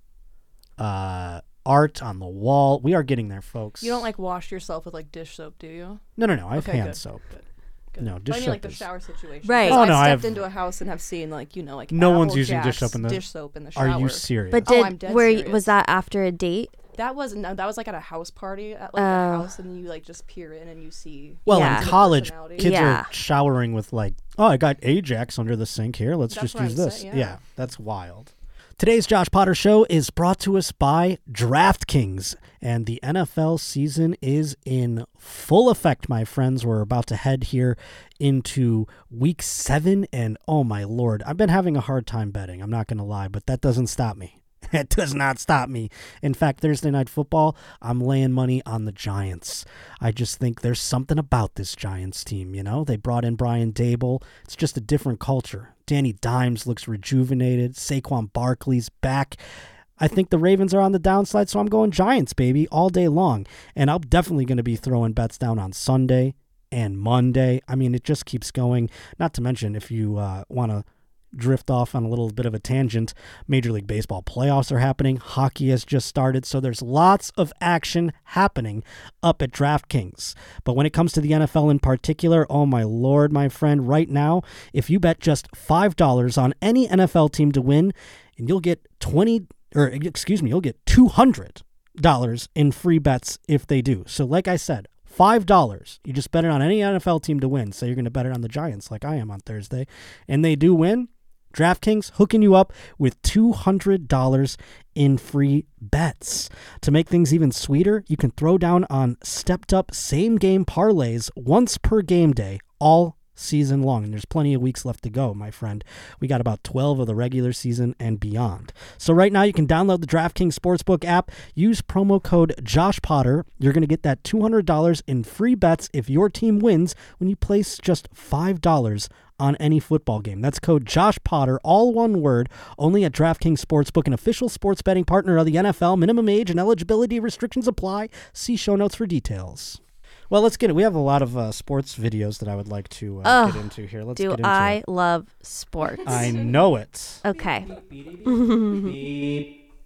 uh, art on the wall. We are getting there, folks.
You don't like wash yourself with like dish soap, do you?
No, no, no. I have
Okay,
hand
good.
soap.
Good. Good.
No,
But
dish
I mean,
soap
like the
is-
shower situation.
Right.
Because
Oh, no, I
I've
have-
stepped into a house and have seen like you know like
No one's
Apple
using dish
Jacks
soap in the-
Dish soap in the shower.
Are you serious?
but
Oh,
did
I'm dead
were y-
serious.
was that after a date?
that was no, that was like at a house party at like a
Oh.
house, and you like just peer in and you see.
well,
Yeah.
in college,
Personality.
kids
Yeah.
are showering with like, oh, I got Ajax under the sink here. Let's
That's
just
what
use
I'm
this.
saying,
yeah.
yeah.
that's wild. Today's Josh Potter Show is brought to us by DraftKings, and the NFL season is in full effect, my friends. We're about to head here into week seven, and oh my lord, I've been having a hard time betting. I'm not going to lie, but that doesn't stop me. (laughs) It does not stop me. In fact, Thursday night football, I'm laying money on the Giants. I just think there's something about this Giants team, you know? They brought in Brian Dable. It's just a different culture. Danny Dimes looks rejuvenated. Saquon Barkley's back. I think the Ravens are on the downside, so I'm going Giants, baby, all day long. And I'm definitely going to be throwing bets down on Sunday and Monday. I mean, it just keeps going. Not to mention, if you uh, want to drift off on a little bit of a tangent, Major League Baseball playoffs are happening. Hockey has just started. So there's lots of action happening up at DraftKings. But when it comes to the NFL in particular, oh my lord, my friend, right now, if you bet just $5 on any NFL team to win, and you'll get 20 or excuse me, you'll get 200 dollars in free bets if they do. So like I said, five dollars. You just bet it on any NFL team to win. So you're gonna bet it on the Giants like I am on Thursday. And they do win. DraftKings hooking you up with $200 in free bets. To make things even sweeter, you can throw down on stepped up same game parlays once per game day all season long. And there's plenty of weeks left to go, my friend. We got about 12 of the regular season and beyond. So right now you can download the DraftKings Sportsbook app, use promo code Josh Potter. You're going to get that $200 in free bets if your team wins when you place just $5 on any football game. That's code Josh Potter, all one word, only at DraftKings Sportsbook, an official sports betting partner of the NFL. Minimum age and eligibility restrictions apply. See show notes for details. Well, let's get it. We have a lot of uh, sports videos that I would like to uh,
Ugh,
get into here. Let's
Do
get into
I
it.
love sports?
I know it.
okay.
beep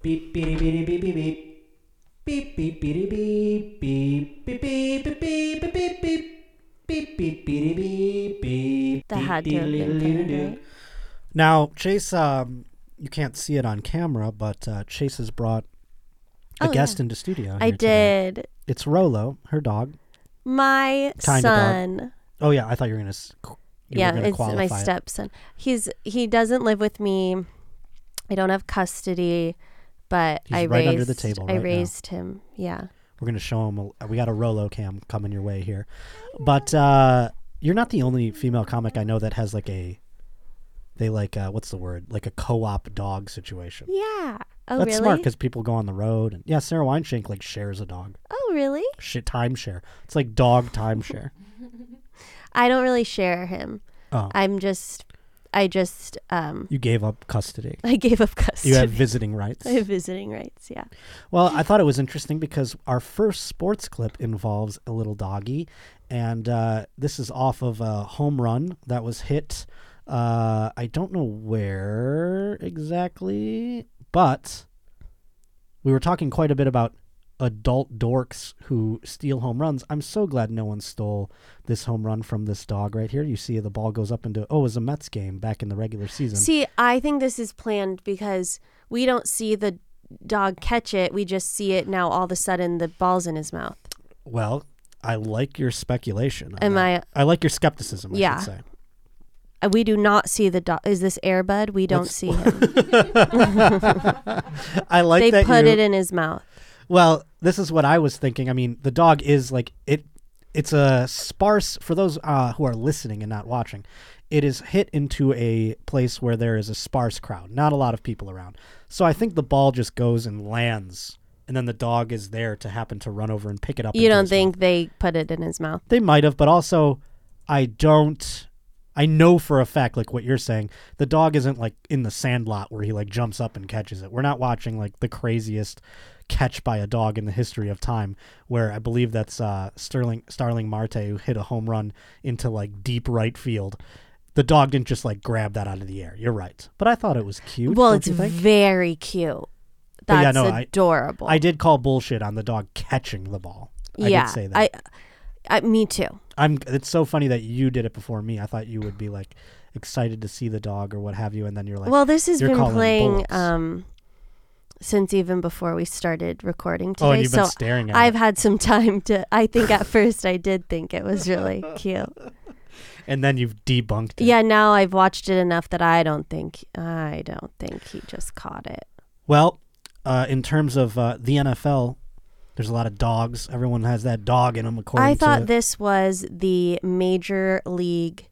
beep beep beep beep beep beep beep beep beep beep beep beep beep beep beep beep beep beep beep beep beep beep beep
That had to have been there, right?
now chase um you can't see it on camera but uh, chase has brought a
Oh,
guest into studio
I
here today.
did.
it's rolo her dog
My
Kinda dog.
son.
oh yeah i thought you were gonna s- you were
yeah,
gonna
it's
qualify
my
it.
stepson. He's he doesn't live with me. I don't have custody, but
He's
I
right
raised
under the table right
I
now.
raised him. Yeah.
We're gonna show him. A, we got a Rolo cam coming your way here, but uh, you're not the only female comic I know that has like a, they like uh, what's the word like a co-op dog situation.
Yeah. Oh
That's
really?
smart because people go on the road and yeah, Sarah Weinshank like shares a dog.
oh really?
Shit, timeshare. It's like
(laughs)
dog timeshare.
I don't really share him.
Oh.
I'm just I just um (laughs)
You gave up custody.
I gave up custody.
You had visiting rights.
(laughs) I have visiting rights, yeah.
Well, I thought it was interesting because our first sports clip involves a little doggy, and uh, this is off of a home run that was hit. Uh, I don't know where exactly, but we were talking quite a bit about adult dorks who steal home runs. I'm so glad no one stole this home run from this dog right here. You see, the ball goes up into oh, it was a Mets game back in the regular season.
See, I think this is planned because we don't see the dog catch it. We just see it now all of a sudden the ball's in his mouth.
Well, I like your speculation. on
Am
that. I like your skepticism. I
Yeah.
should say.
Uh, We do not see the dog. Is this Airbud? We don't
What's-
see him.
I like
they
that
put
you-
it in his mouth.
Well, this is what I was thinking. I mean, the dog is like it. It's a sparse for those uh, who are listening and not watching. It is hit into a place where there is a sparse crowd, not a lot of people around. So I think the ball just goes and lands, and then the dog is there to happen to run over and pick it up.
You
into
don't
his mouth.
think they put it in his mouth?
They might have, but also, I don't. I know for a fact, like what you're saying, the dog isn't like in the sandlot where he like jumps up and catches it. We're not watching like the craziest catch by a dog in the history of time, where I believe that's uh, Sterling Starling Marte who hit a home run into like deep right field. The dog didn't just like grab that out of the air. You're right, but I thought it was cute.
Well,
don't
it's
you think?
very cute.
But
That's
yeah, no, I-
adorable.
I did call bullshit on the dog catching the ball. I
yeah,
did say that.
I, I, me too.
I'm. It's so funny that you did it before me. I thought you would be like excited to see the dog or what have you, and then you're like,
well, this has
you're
been
calling
playing
bullets.
um, since even before we started recording today.
"Oh, and you've
so
been staring at."
I've
it.
had some (laughs) time to. I think at first I did think it was
(laughs)
really cute.
and then you've debunked it.
Yeah, now I've watched it enough that I don't think I don't think he just caught it.
Well, uh, in terms of uh, the NFL, there's a lot of dogs. Everyone has that dog in them. According
I thought
to
this was the Major League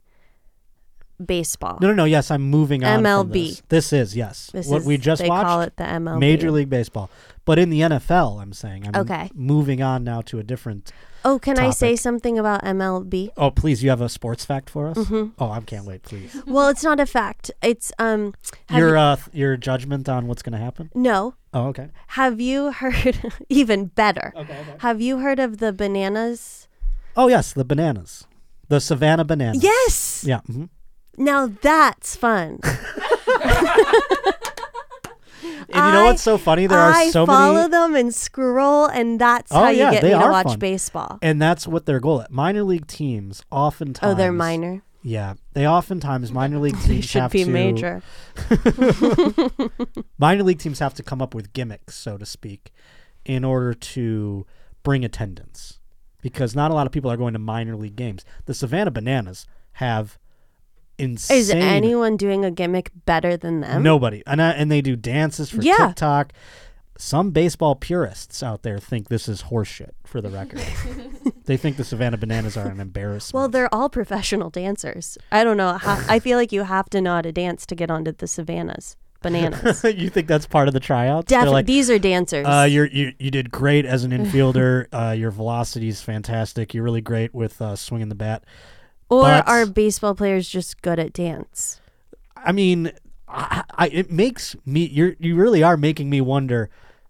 Baseball.
no, no, no. Yes, I'm moving on. from
MLB.
this. this is yes.
This
what
is-
we just
they
watched.
call it the MLB.
Major League Baseball, but in the NFL, I'm saying I'm
Okay.
moving on now to a different.
Oh, can I say
topic.
something about MLB?
Oh, please, you have a sports fact for us?
Mm-hmm.
Oh, I can't wait, please.
Well, it's not a fact. It's um. Have
your
you,
uh, th- your judgment on what's going to happen?
no.
Oh, okay.
Have you heard? (laughs) even better.
Okay, okay.
Have you heard of the bananas?
Oh yes, the bananas, the Savannah bananas.
Yes.
Yeah. mhm.
Now that's fun.
And you know
I-
what's so funny? There
I
are so
follow
many,
them and scroll, and that's
Oh,
how you
yeah,
get
they
me to
are
watch
fun.
baseball.
and that's what their goal. Minor league teams oftentimes.
Oh, they're minor.
Yeah, they oftentimes minor league teams
(laughs) They should
have
be
to,
major.
Minor league teams have to come up with gimmicks, so to speak, in order to bring attendance, because not a lot of people are going to minor league games. The Savannah bananas have insane.
Is anyone doing a gimmick better than them?
Nobody. And I, and they do dances for
Yeah.
TikTok. Some baseball purists out there think this is horseshit for the
(laughs)
record. they think the Savannah Bananas are an embarrassment.
Well, they're all (laughs) professional dancers. I don't know. How, I feel like you have to know how to dance to get onto the Savannahs.
(laughs) (laughs)
Bananas.
you think that's part of the tryouts? They're
Definitely.
like,
these are dancers.
uh, you're, you you did great as an
(laughs)
infielder. uh, your velocity is fantastic. You're really great with uh, swinging the bat.
or
but-
are baseball players just good at dance?
I mean, I, I, it makes me. You're you really are making me wonder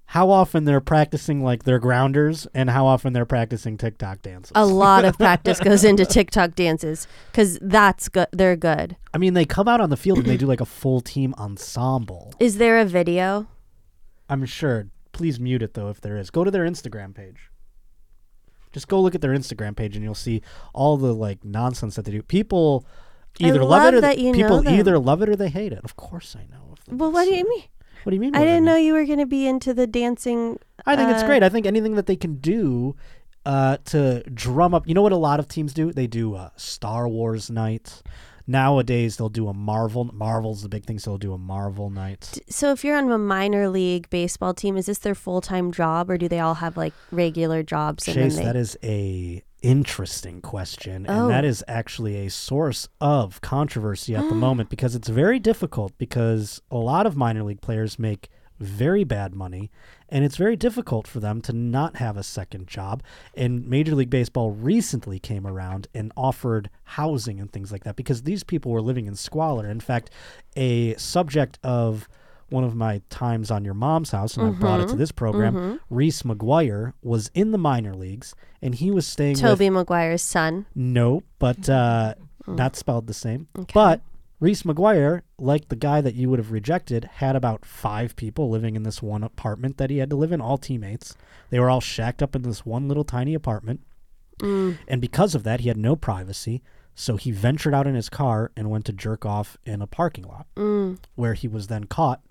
how often they're practicing like their grounders and how often they're practicing TikTok dances.
A lot of practice
(laughs)
goes into TikTok dances because that's good. They're good.
I mean, they come out on the field and they do like a full team ensemble.
Is there a video?
I'm sure. Please mute it though if there is. Go to their Instagram page. Just go look at their Instagram page and you'll see all the like nonsense that they do. People
I
either
love
love it or
that you know
people
them.
either love it or they hate it. Of course, I know. of them.
Well, what do you mean?
What do you mean?
I
what
didn't
mean?
know you were going to be into the dancing.
I think it's
uh,
great. I think anything that they can do uh, to drum up. You know what a lot of teams do? They do uh, Star Wars night. Nowadays, they'll do a Marvel. Marvel's the big thing, so they'll do a Marvel night.
So, if you're on a minor league baseball team, is this their full time job, or do they all have like regular jobs? And
Chase,
then they...
that is a interesting question,
Oh.
and that is actually a source of controversy at the moment because it's very difficult because a lot of minor league players make very bad money, and it's very difficult for them to not have a second job. And Major League Baseball recently came around and offered housing and things like that because these people were living in squalor. In fact, a subject of one of my times on your mom's house, and I brought it to this program. Reese McGuire was in the minor leagues, and he was staying with
Toby Maguire's son.
no, but uh, not spelled the same. But Reese McGuire, like the guy that you would have rejected, had about five people living in this one apartment that he had to live in, all teammates. They were all shacked up in this one little tiny apartment. And because of that, he had no privacy. So he ventured out in his car and went to jerk off in a parking lot where he was then caught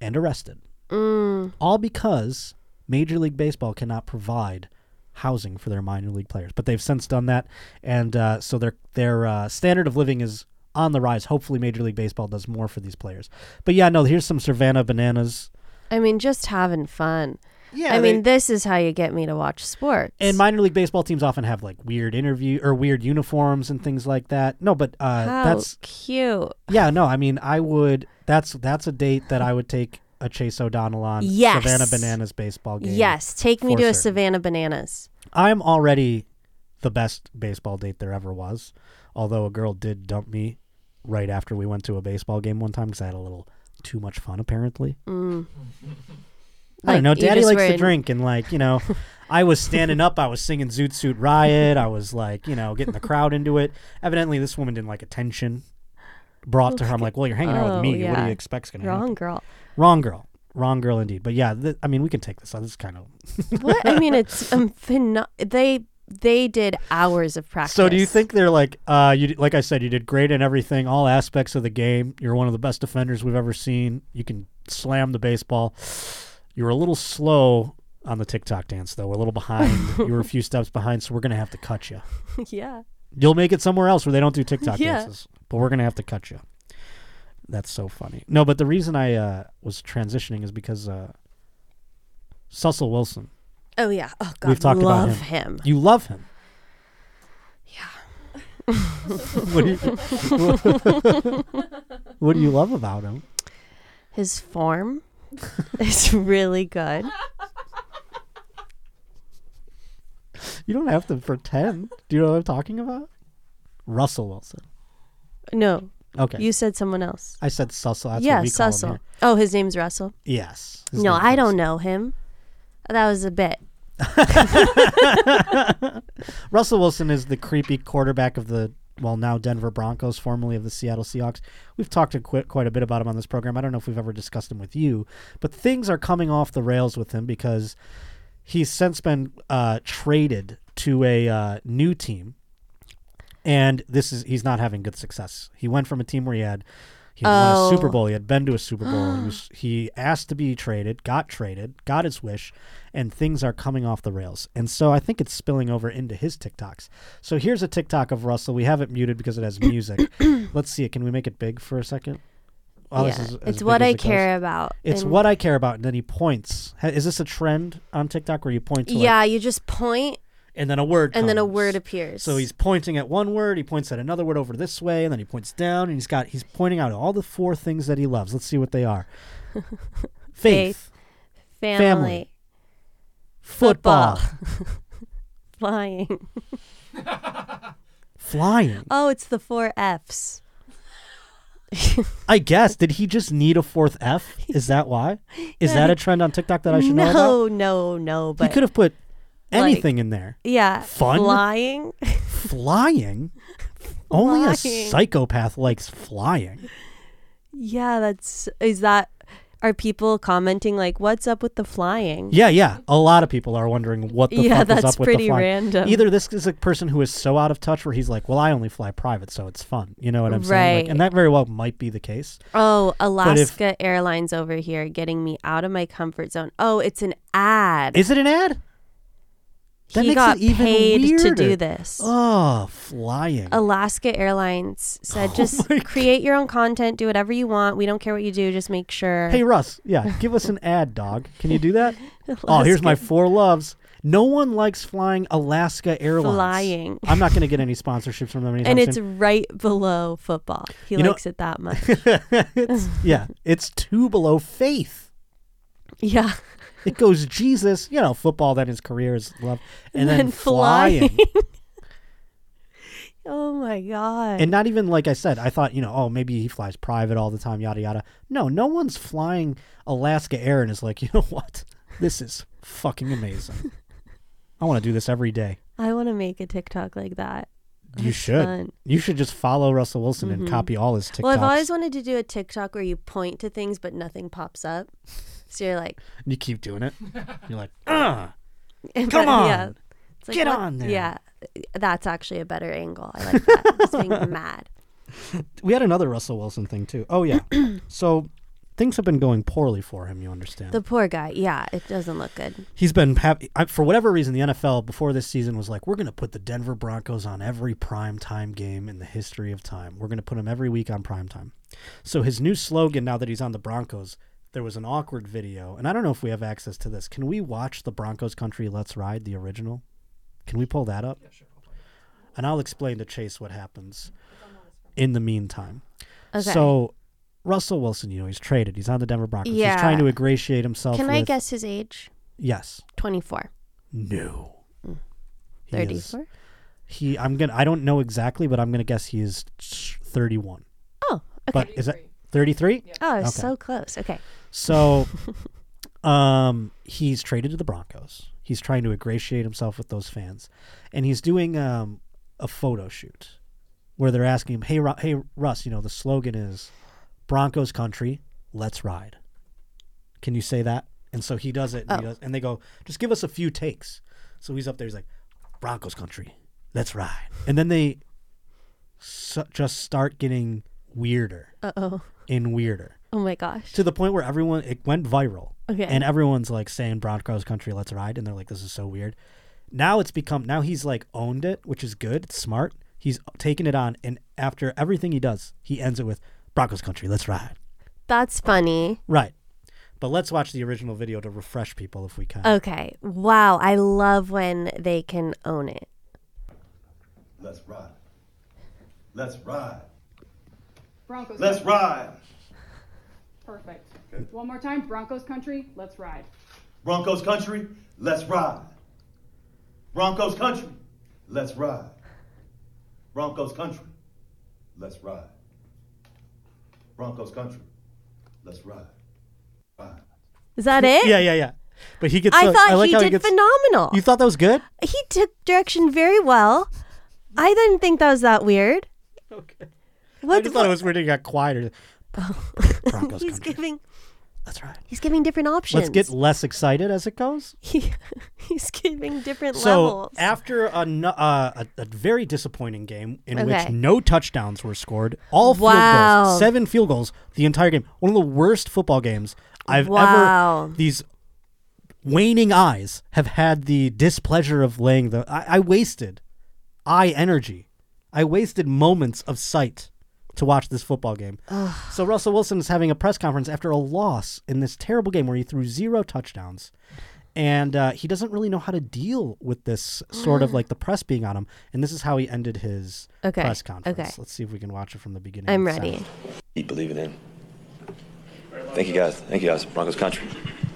and arrested. All because Major League Baseball cannot provide housing for their minor league players, but they've since done that, and uh, so their their uh, standard of living is on the rise. Hopefully, Major League Baseball does more for these players. But yeah, no, here's some Savannah bananas.
I mean, just having fun.
Yeah,
I mean, this is how you get me to watch sports.
and minor league baseball teams often have like weird interview or weird uniforms and things like that. No, but uh,
how
that's
cute.
yeah, no, I mean, I would. That's that's a date that I would take a Chase O'Donnell on
Yes.
Savannah bananas baseball game.
Yes, take me
for
to a
certain.
Savannah Bananas.
I'm already the best baseball date there ever was. Although a girl did dump me right after we went to a baseball game one time because I had a little too much fun, apparently. I
Mm. Like,
don't know.
you
Daddy
just
likes
were
to
in-
drink, and like, you
(laughs)
know, I was standing up. I was singing Zoot Suit Riot. I was like, you know, getting the crowd into it. Evidently, this woman didn't like attention brought to her. I'm like, well, you're hanging out
Oh,
with me. What do
yeah.
you expect's going to happen?
Wrong girl.
Wrong girl. Wrong girl, indeed. But yeah, th- I mean, we can take this. This is kind of
What? I mean, it's um, pheno- they they did hours of practice.
So do you think they're like uh you like I said you did great in everything all aspects of the game you're one of the best defenders we've ever seen you can slam the baseball you were a little slow on the TikTok dance though we're a little behind you were a few steps behind so we're gonna have to cut you
(laughs) yeah.
you'll make it somewhere else where they don't do TikTok
Yeah.
dances but we're gonna have to cut you that's so funny no but the reason I uh, was transitioning is because uh, Cecil Wilson
Oh yeah. Oh God.
We've talked about
love him.
you love him. Yeah. what, do you,
(laughs)
(laughs) what do you love about him?
His form (laughs) is really good.
You don't have to pretend. Do you know what I'm talking about? Russell Wilson.
No,
Okay.
you said someone else.
I said Cecil. That's what
yeah,
we call him
Cecil.
here.
Oh, his name's Russell.
Yes. His
no,
name
I
is-
don't know him. That was a bit.
Russell Wilson is the creepy quarterback of the well now Denver Broncos, formerly of the Seattle Seahawks. We've talked a qui- quite a bit about him on this program. I don't know if we've ever discussed him with you, but things are coming off the rails with him because he's since been uh, traded to a uh, new team, and this is he's not having good success. He went from a team where he had. He had won
Oh.
a Super Bowl. He had been to a Super Bowl.
(gasps)
he, was, he asked to be traded, got traded, got his wish, and things are coming off the rails. And so I think it's spilling over into his TikToks. So here's a TikTok of Russell. We have it muted because it has
(coughs)
music. Let's see it. Can we make it big for a second? Wow, Oh, this
yeah,
is as
it's
big
what
as
I
it goes.
care about.
It's
and-
what I care about. And then he points. Ha- Is this a trend on TikTok where you point to like-
Yeah, you just point
and then a word
and then a
comes?
word appears.
So he's pointing at one word, he points at another word over this way, and then he points down and he's got he's pointing out all the four things that he loves. Let's see what they
(laughs)
are. Faith,
Faith, family,
football,
(laughs) flying.
flying.
Oh, it's the four Fs.
I guess did he just need a fourth F? Is that why? Is that a trend on TikTok that I should know about?
(laughs) No, no, no.
He
But
could have put
like-
anything in there.
yeah,
Fun?
flying. (laughs)
Flying? Only a
Flying.
psychopath likes flying.
Yeah, that's is that. Are people commenting like, "What's up with the flying?"
Yeah, yeah. A lot of people are wondering what the
Yeah,
fuck is
that's
up with the
pretty
flying.
random.
Either this is a person who is so out of touch where he's like, "Well, I only fly private, so it's fun." You know what I'm saying? Like,
Right.
and that very well might be the case.
Oh,
if-
Alaska Airlines over here getting me out of my comfort zone. Oh, it's an ad.
Is it an ad? That
he
makes
got
it even
paid to
weirder.
do this.
Oh, flying.
Alaska Airlines said,
(laughs) Oh
just
my
create your own content, do whatever you want. We don't care what you do, just make sure. (laughs)
Hey Russ, yeah, give us an ad, dog. Can you do that? oh, here's my four loves. No one likes flying Alaska Airlines.
Flying.
I'm not going to get any sponsorships from them anytime
(laughs) and it's
soon.
right below football. He
(laughs) You know-
likes it that much.
It's- yeah, it's two below faith.
Yeah.
It goes Jesus, you know, football, then his career is love, and, then,
then
flying.
flying. Oh my god.
and not even like I said, I thought, you know, oh, maybe he flies private all the time, yada, yada. No, no one's flying Alaska Air and is like, (laughs) you know what? This is fucking
(laughs)
amazing. I want to do this every day.
I want to make a TikTok like that.
You
That's
should.
fun. Mm-hmm.
You should just follow Russell Wilson and copy all his TikToks.
Well, I've always wanted to do a TikTok where you point to things but nothing pops up. So you're like, (laughs)
you keep doing it. You're like, ah,
but,
on.
It's like,
Get
what-
on there.
Yeah, that's actually a better angle. I like that.
(laughs)
Just being mad.
we had another Russell Wilson thing too. Oh
(clears throat)
yeah. so things have been going poorly for him. You understand?
The poor guy. Yeah, it doesn't look good.
He's been happy, I, for whatever reason. The NFL before this season was like, we're going to put the Denver Broncos on every prime time game in the history of time. We're going to put them every week on prime time. So his new slogan now that he's on the Broncos. There was an awkward video, and I don't know if we have access to this. Can we watch the Broncos Country Let's Ride, the original? Can we pull that up? And I'll explain to Chase what happens in the meantime.
Okay.
So Russell Wilson, you know, he's traded. He's on the Denver Broncos. He's trying to
Yeah.
ingratiate himself.
Can I
with-
guess his age?
Yes.
24,
No. He is-
34?
He. I'm gonna. I don't know exactly, but I'm gonna guess he is 31.
Oh, okay.
But is it 33?
oh, I was
okay.
so close. Okay.
So, um, he's traded to the Broncos. He's trying to ingratiate himself with those fans, and he's doing um a photo shoot where they're asking him, "Hey, Ru- hey, Russ, you know the slogan is Broncos Country, let's ride." Can you say that? And so he does it, and, he does, and they go, "Just give us a few takes." So he's up there. He's like, "Broncos Country, let's ride," and then they su- just start getting weirder
Uh oh.
and weirder
Oh my gosh.
to the point where everyone it went viral.
Okay.
And everyone's like saying Broncos country, let's ride, and they're like, this is so weird. Now it's become now he's like owned it, which is good. It's smart. He's taken it on, and after everything he does, he ends it with Broncos country, let's ride.
That's funny.
Right. But let's watch the original video to refresh people if we can.
Okay. Wow. I love when they can own it.
Let's ride. Let's ride.
Broncos.
Let's
country.
ride.
Perfect. One more time, Broncos country. Let's ride.
Broncos country, let's ride. Broncos country, let's ride. Broncos country, let's ride. Broncos country, let's ride. Ride.
Is that it?
Yeah, yeah, yeah. But he gets.
I
so-
thought
I like
he
how
did
he gets,
phenomenal.
You thought that was good?
he took direction very well. I didn't think that was that weird.
Okay.
What
I just thought it was weird. He got quieter. Broncos
Oh. (laughs) he's
country.
giving
Let's ride.
he's giving different options.
Let's get less excited as it goes.
(laughs) He, he's giving different
So
levels.
after a, nu- uh, a a very disappointing game in which
Okay.
no touchdowns were scored, all field
Wow.
goals, seven field goals, the entire game, one of the worst football games I've
Wow.
ever. These waning eyes have had the displeasure of laying the. I, I wasted eye energy. I wasted moments of sight to watch this football game. so Russell Wilson is having a press conference after a loss in this terrible game where he threw zero touchdowns. And uh, he doesn't really know how to deal with this sort of like the press being on him. And this is how he ended his
Mm. Okay,
press conference.
okay.
Let's see if we can watch it from the beginning.
I'm
It's
ready.
sound.
keep believing in. Thank you guys. Thank you guys. Broncos country.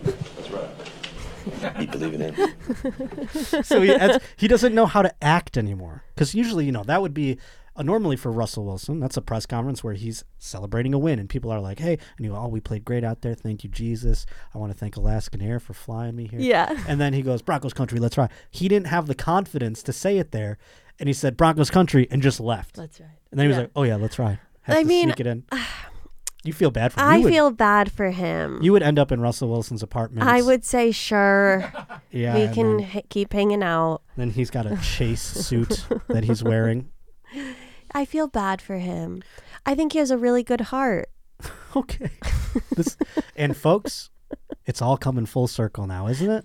Let's ride.
Keep believing in.
so he,
(laughs)
that's- he doesn't know how to act anymore. Because usually, you know, that would be uh, normally for Russell Wilson. That's a press conference where he's celebrating a win, and people are like, "Hey," and you, go, "Oh, we played great out there. Thank you, Jesus. I want to thank Alaskan Air for flying me here."
Yeah.
And then he goes, "Broncos country, let's ride." He didn't have the confidence to say it there, and he said, "Broncos country," and just left.
Let's ride.
And then he was like, "Oh yeah, let's ride." Has
I
to
mean, uh,
sneak it in. You feel bad for him.
I
You would-
feel bad for him.
You would end up in Russell Wilson's apartment.
I would say sure.
Yeah,
we
and
can
then-
h- keep hanging out.
then he's got a chase
(laughs)
suit that he's wearing.
I feel bad for him. I think he has a really good heart.
(laughs) Okay. This, and folks, it's all coming full circle now, isn't
(laughs)
it?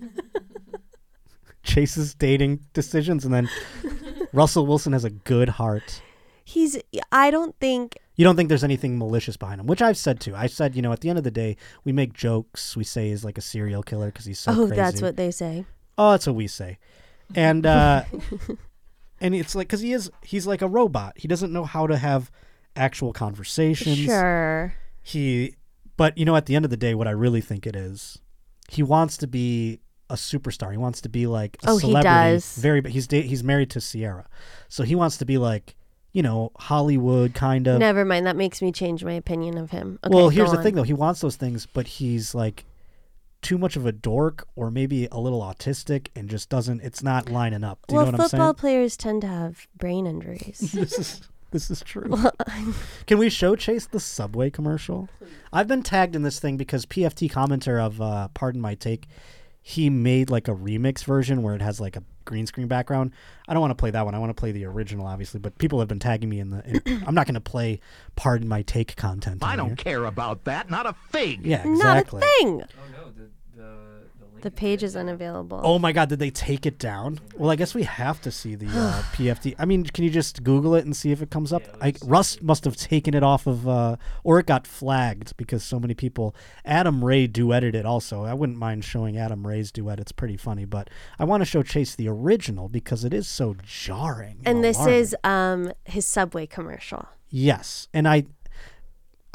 Chase's dating decisions, and then Russell Wilson has a good heart.
He's I don't think
You don't think there's anything malicious behind him, which I've said too. I said, you know, at the end of the day, we make jokes. We say he's like a serial killer because he's so
Oh,
crazy.
that's what they say.
Oh, that's what we say. And
(laughs)
uh and it's like cuz he is he's like a robot. He doesn't know how to have actual conversations.
Sure.
He but you know at the end of the day what I really think it is, he wants to be a superstar. He wants to be like a
Oh, he
celebrity.
does.
Very, but he's da- he's married to Sierra, so he wants to be like you know Hollywood kind of.
Never mind. That makes me change my opinion of him. Okay,
well, here's
go
the
on.
thing though. He wants those things, but he's like too much of a dork or maybe a little autistic and just doesn't it's not lining up. Do you know
well,
what I'm
football
saying?
players tend to have brain
(laughs)
injuries.
this is this is true. Can we show Chase the Subway commercial? I've been tagged in this thing because PFT commenter of uh, Pardon My Take, he made like a remix version where it has like a green screen background. I don't want to play that one. I want to play the original, obviously. But people have been tagging me in the. In, (coughs) I'm not going to play Pardon My Take content.
I
on
don't
here.
care about that. Not a fig.
Yeah, exactly.
Not a thing.
Oh no, the the the, link
The
is
page
dead.
is unavailable.
Oh my God! Did they take it down? Well, I guess we have to see the
(sighs)
uh, PFT. I mean, can you just Google it and see if it comes up? I, Rust must have taken it off of, uh, or it got flagged because so many people. Adam Ray duetted it also. I wouldn't mind showing Adam Ray's duet. It's pretty funny, but I want to show Chase the original because it is so jarring.
and this
alarming.
is um his Subway commercial.
Yes, and I,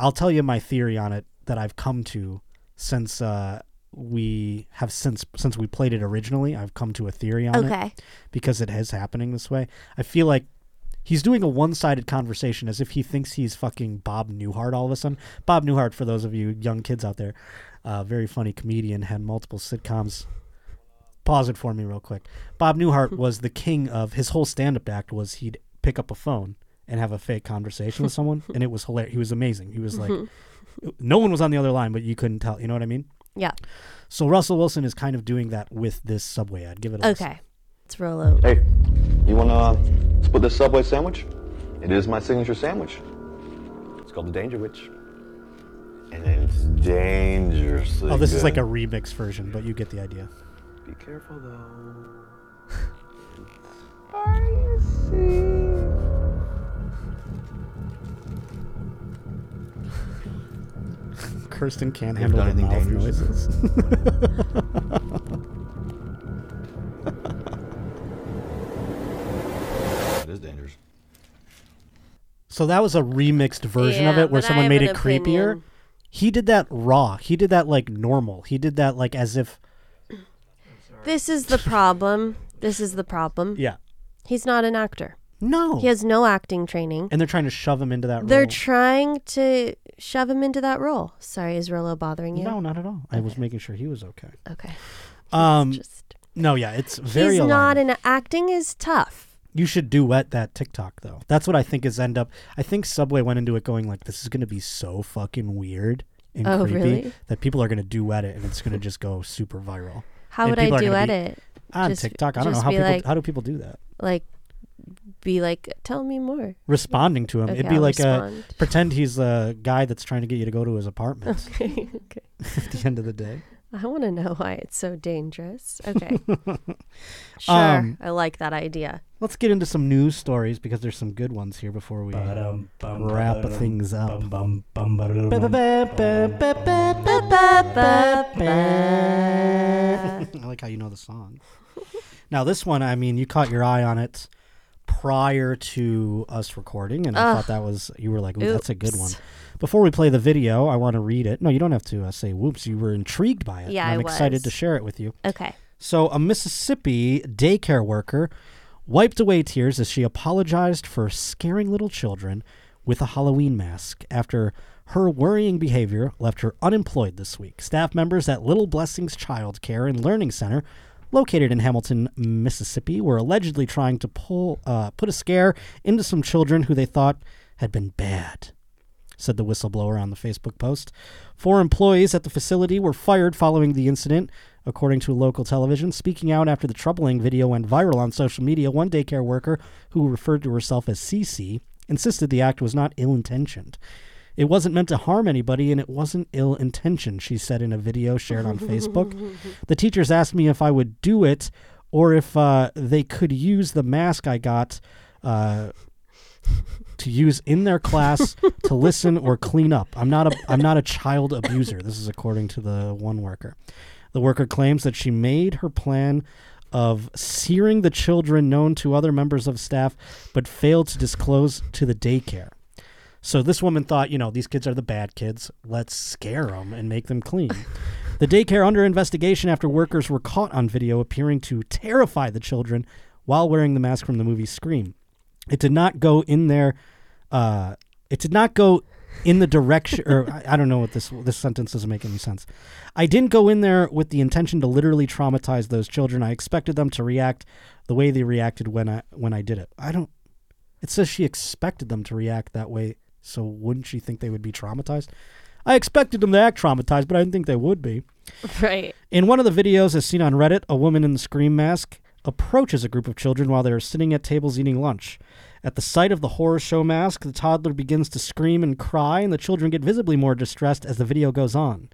I'll tell you my theory on it that I've come to since uh, we have since since we played it originally. I've come to a theory on it
Okay.
because it is happening this way. I feel like he's doing a one-sided conversation as if he thinks he's fucking Bob Newhart all of a sudden. Bob Newhart, for those of you young kids out there, uh, very funny comedian, had multiple sitcoms. Pause it for me real quick. Bob Newhart was the king of his whole stand-up act was he'd pick up a phone and have a fake conversation with someone, and it was hilarious. He was amazing. He was like, no one was on the other line, but you couldn't tell. You know what I mean?
Yeah.
So Russell Wilson is kind of doing that with this subway ad. Give it a listen.
Okay. Let's roll over.
(laughs) Hey, you wanna uh, split this Subway sandwich? It is my signature sandwich. It's called the Danger Witch. And it's dangerously.
Oh, this is like a
good.
remix version, but you get the idea.
Be careful though.
Kirsten can't
You've
handle
done
the mouth
anything dangerous?
noises.
(laughs) It is dangerous.
so that was a remixed version of
Yeah,
it where
but I
someone
have
made
an
it creepier.
opinion.
He did that raw. He did that like normal. He did that like as if
This is the problem. This is the problem.
yeah.
He's not an actor.
No.
He has no acting training.
and they're trying to shove him into that
They're
role.
trying to shove him into that role. Sorry, is Rolo bothering you?
no, not at all. I was making sure he was okay.
Okay.
Um
Just
no, yeah, it's very
he's not
alarming.
an acting is tough.
You should duet that TikTok though. That's what I think is end up. I think Subway went into it going like, "This is going to be so fucking weird and
Oh,
creepy
really?
that people are going to duet it, and it's going to just go super viral."
How
And
would I
people are
do
gonna
at
be-
it?
On
Just-
TikTok, I don't know
just
how
be
people
like-
how do people do that.
Like be like, tell me more.
Responding to him,
Okay,
Um, it'd be
I'll
like
respond. (laughs)
a pretend he's a guy that's trying to get you to go to his apartment.
okay. okay.
(laughs) at the end of the day,
I want to know why it's so dangerous.
(laughs)
Okay. sure.
Um,
I like that idea.
let's get into some news stories because there's some good ones here before we wrap things up. (laughs) I like how you know the song. now this one, I mean, you caught your eye on it prior to us recording, and I thought that was you were like, "Ooh, that's a good one."
Oops.
Before we play the video, I want to read it. No, you don't have to uh, say "whoops." You were intrigued by it.
Yeah,
and
I
I'm excited
was.
to share it with you.
Okay.
So, a Mississippi daycare worker wiped away tears as she apologized for scaring little children with a Halloween mask after her worrying behavior left her unemployed this week. Staff members at Little Blessings Child Care and Learning Center, located in Hamilton, Mississippi, were allegedly trying to pull uh, put a scare into some children who they thought had been bad said the whistleblower on the Facebook post. Four employees at the facility were fired following the incident, according to local television. Speaking out after the troubling video went viral on social media, one daycare worker, who referred to herself as Cece, insisted the act was not ill intentioned. It wasn't meant to harm anybody and it wasn't ill intentioned, she said in a video shared on Facebook. The teachers asked me if I would do it or if uh, they could use the mask I got. Uh, to use in their class to listen or clean up. I'm not a I'm not a child abuser. This is according to the one worker. The worker claims that she made her plan of searing the children known to other members of staff but failed to disclose to the daycare. So this woman thought, you know, these kids are the bad kids. Let's scare them and make them clean. The daycare under investigation after workers were caught on video appearing to terrify the children while wearing the mask from the movie Scream. It did not go in there. Uh, it did not go in the direction, or I, I don't know what this this sentence doesn't make any sense. I didn't go in there with the intention to literally traumatize those children. I expected them to react the way they reacted when I when I did it. I don't. It says she expected them to react that way, so wouldn't she think they would be traumatized? I expected them to act traumatized, but I didn't think they would be.
Right.
In one of the videos, as seen on Reddit, a woman in the scream mask approaches a group of children while they are sitting at tables eating lunch. At the sight of the horror show mask, the toddler begins to scream and cry, and the children get visibly more distressed as the video goes on.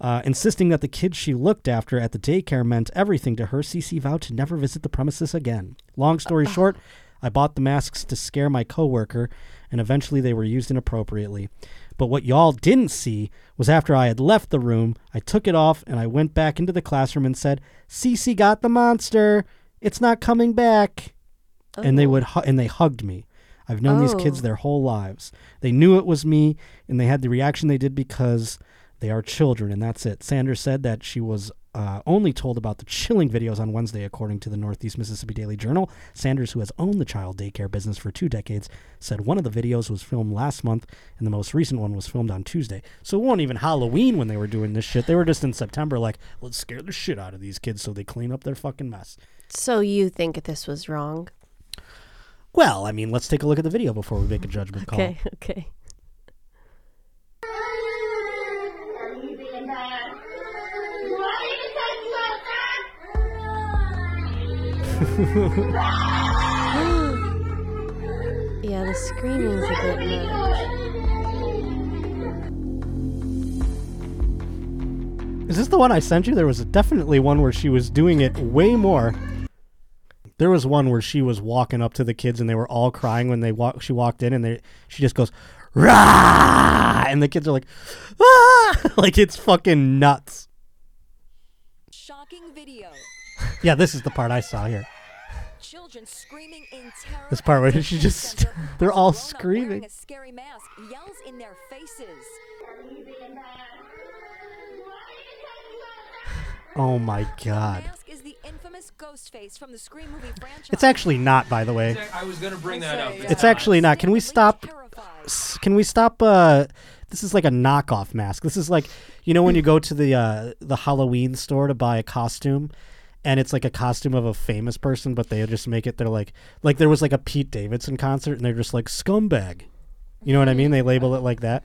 Uh, insisting that the kids she looked after at the daycare meant everything to her, Cece vowed to never visit the premises again. Long story short, I bought the masks to scare my coworker, and eventually they were used inappropriately. But what y'all didn't see was after I had left the room, I took it off and I went back into the classroom and said, "Cece got the monster. It's not coming back." And they would hu- and they hugged me. I've known these kids
Oh.
their whole lives. They knew it was me, and they had the reaction they did because they are children, and that's it. Sanders said that she was uh, only told about the chilling videos on Wednesday, according to the Northeast Mississippi Daily Journal. Sanders, who has owned the child daycare business for two decades, said one of the videos was filmed last month, and the most recent one was filmed on Tuesday. So it wasn't even Halloween when they were doing this shit. They were just in September, like, let's scare the shit out of these kids so they clean up their fucking mess.
So you think this was wrong?
Well, I mean, let's take a look at the video before we make a judgment call.
Okay. (laughs) Okay. Yeah, the screaming's a bit much.
Is this the one I sent you? There was definitely one where she was doing it way more. There was one where she was walking up to the kids and they were all crying when they walk. She walked in and they she just goes rah, and the kids are like, ah, (laughs) like it's fucking nuts.
Shocking video.
Yeah, this is the part I saw here.
Children screaming in terror.
This part where
at the
she
daycare
just-
center
(laughs) they're
as a
all
grown-up
screaming.
wearing A scary mask yells in their faces.
Oh my god,
Mask is the infamous ghost face from the Scream movie franchise.
it's actually not. By the way,
I was gonna bring that up.
it's actually not. Can we stop? s- Can we stop? Uh, this is like a knockoff mask. This is like you know when you go to the uh, the Halloween store to buy a costume, and it's like a costume of a famous person, but they just make it. They're like like there was like a Pete Davidson concert, and they're just like scumbag. You know what I mean? They label it like that.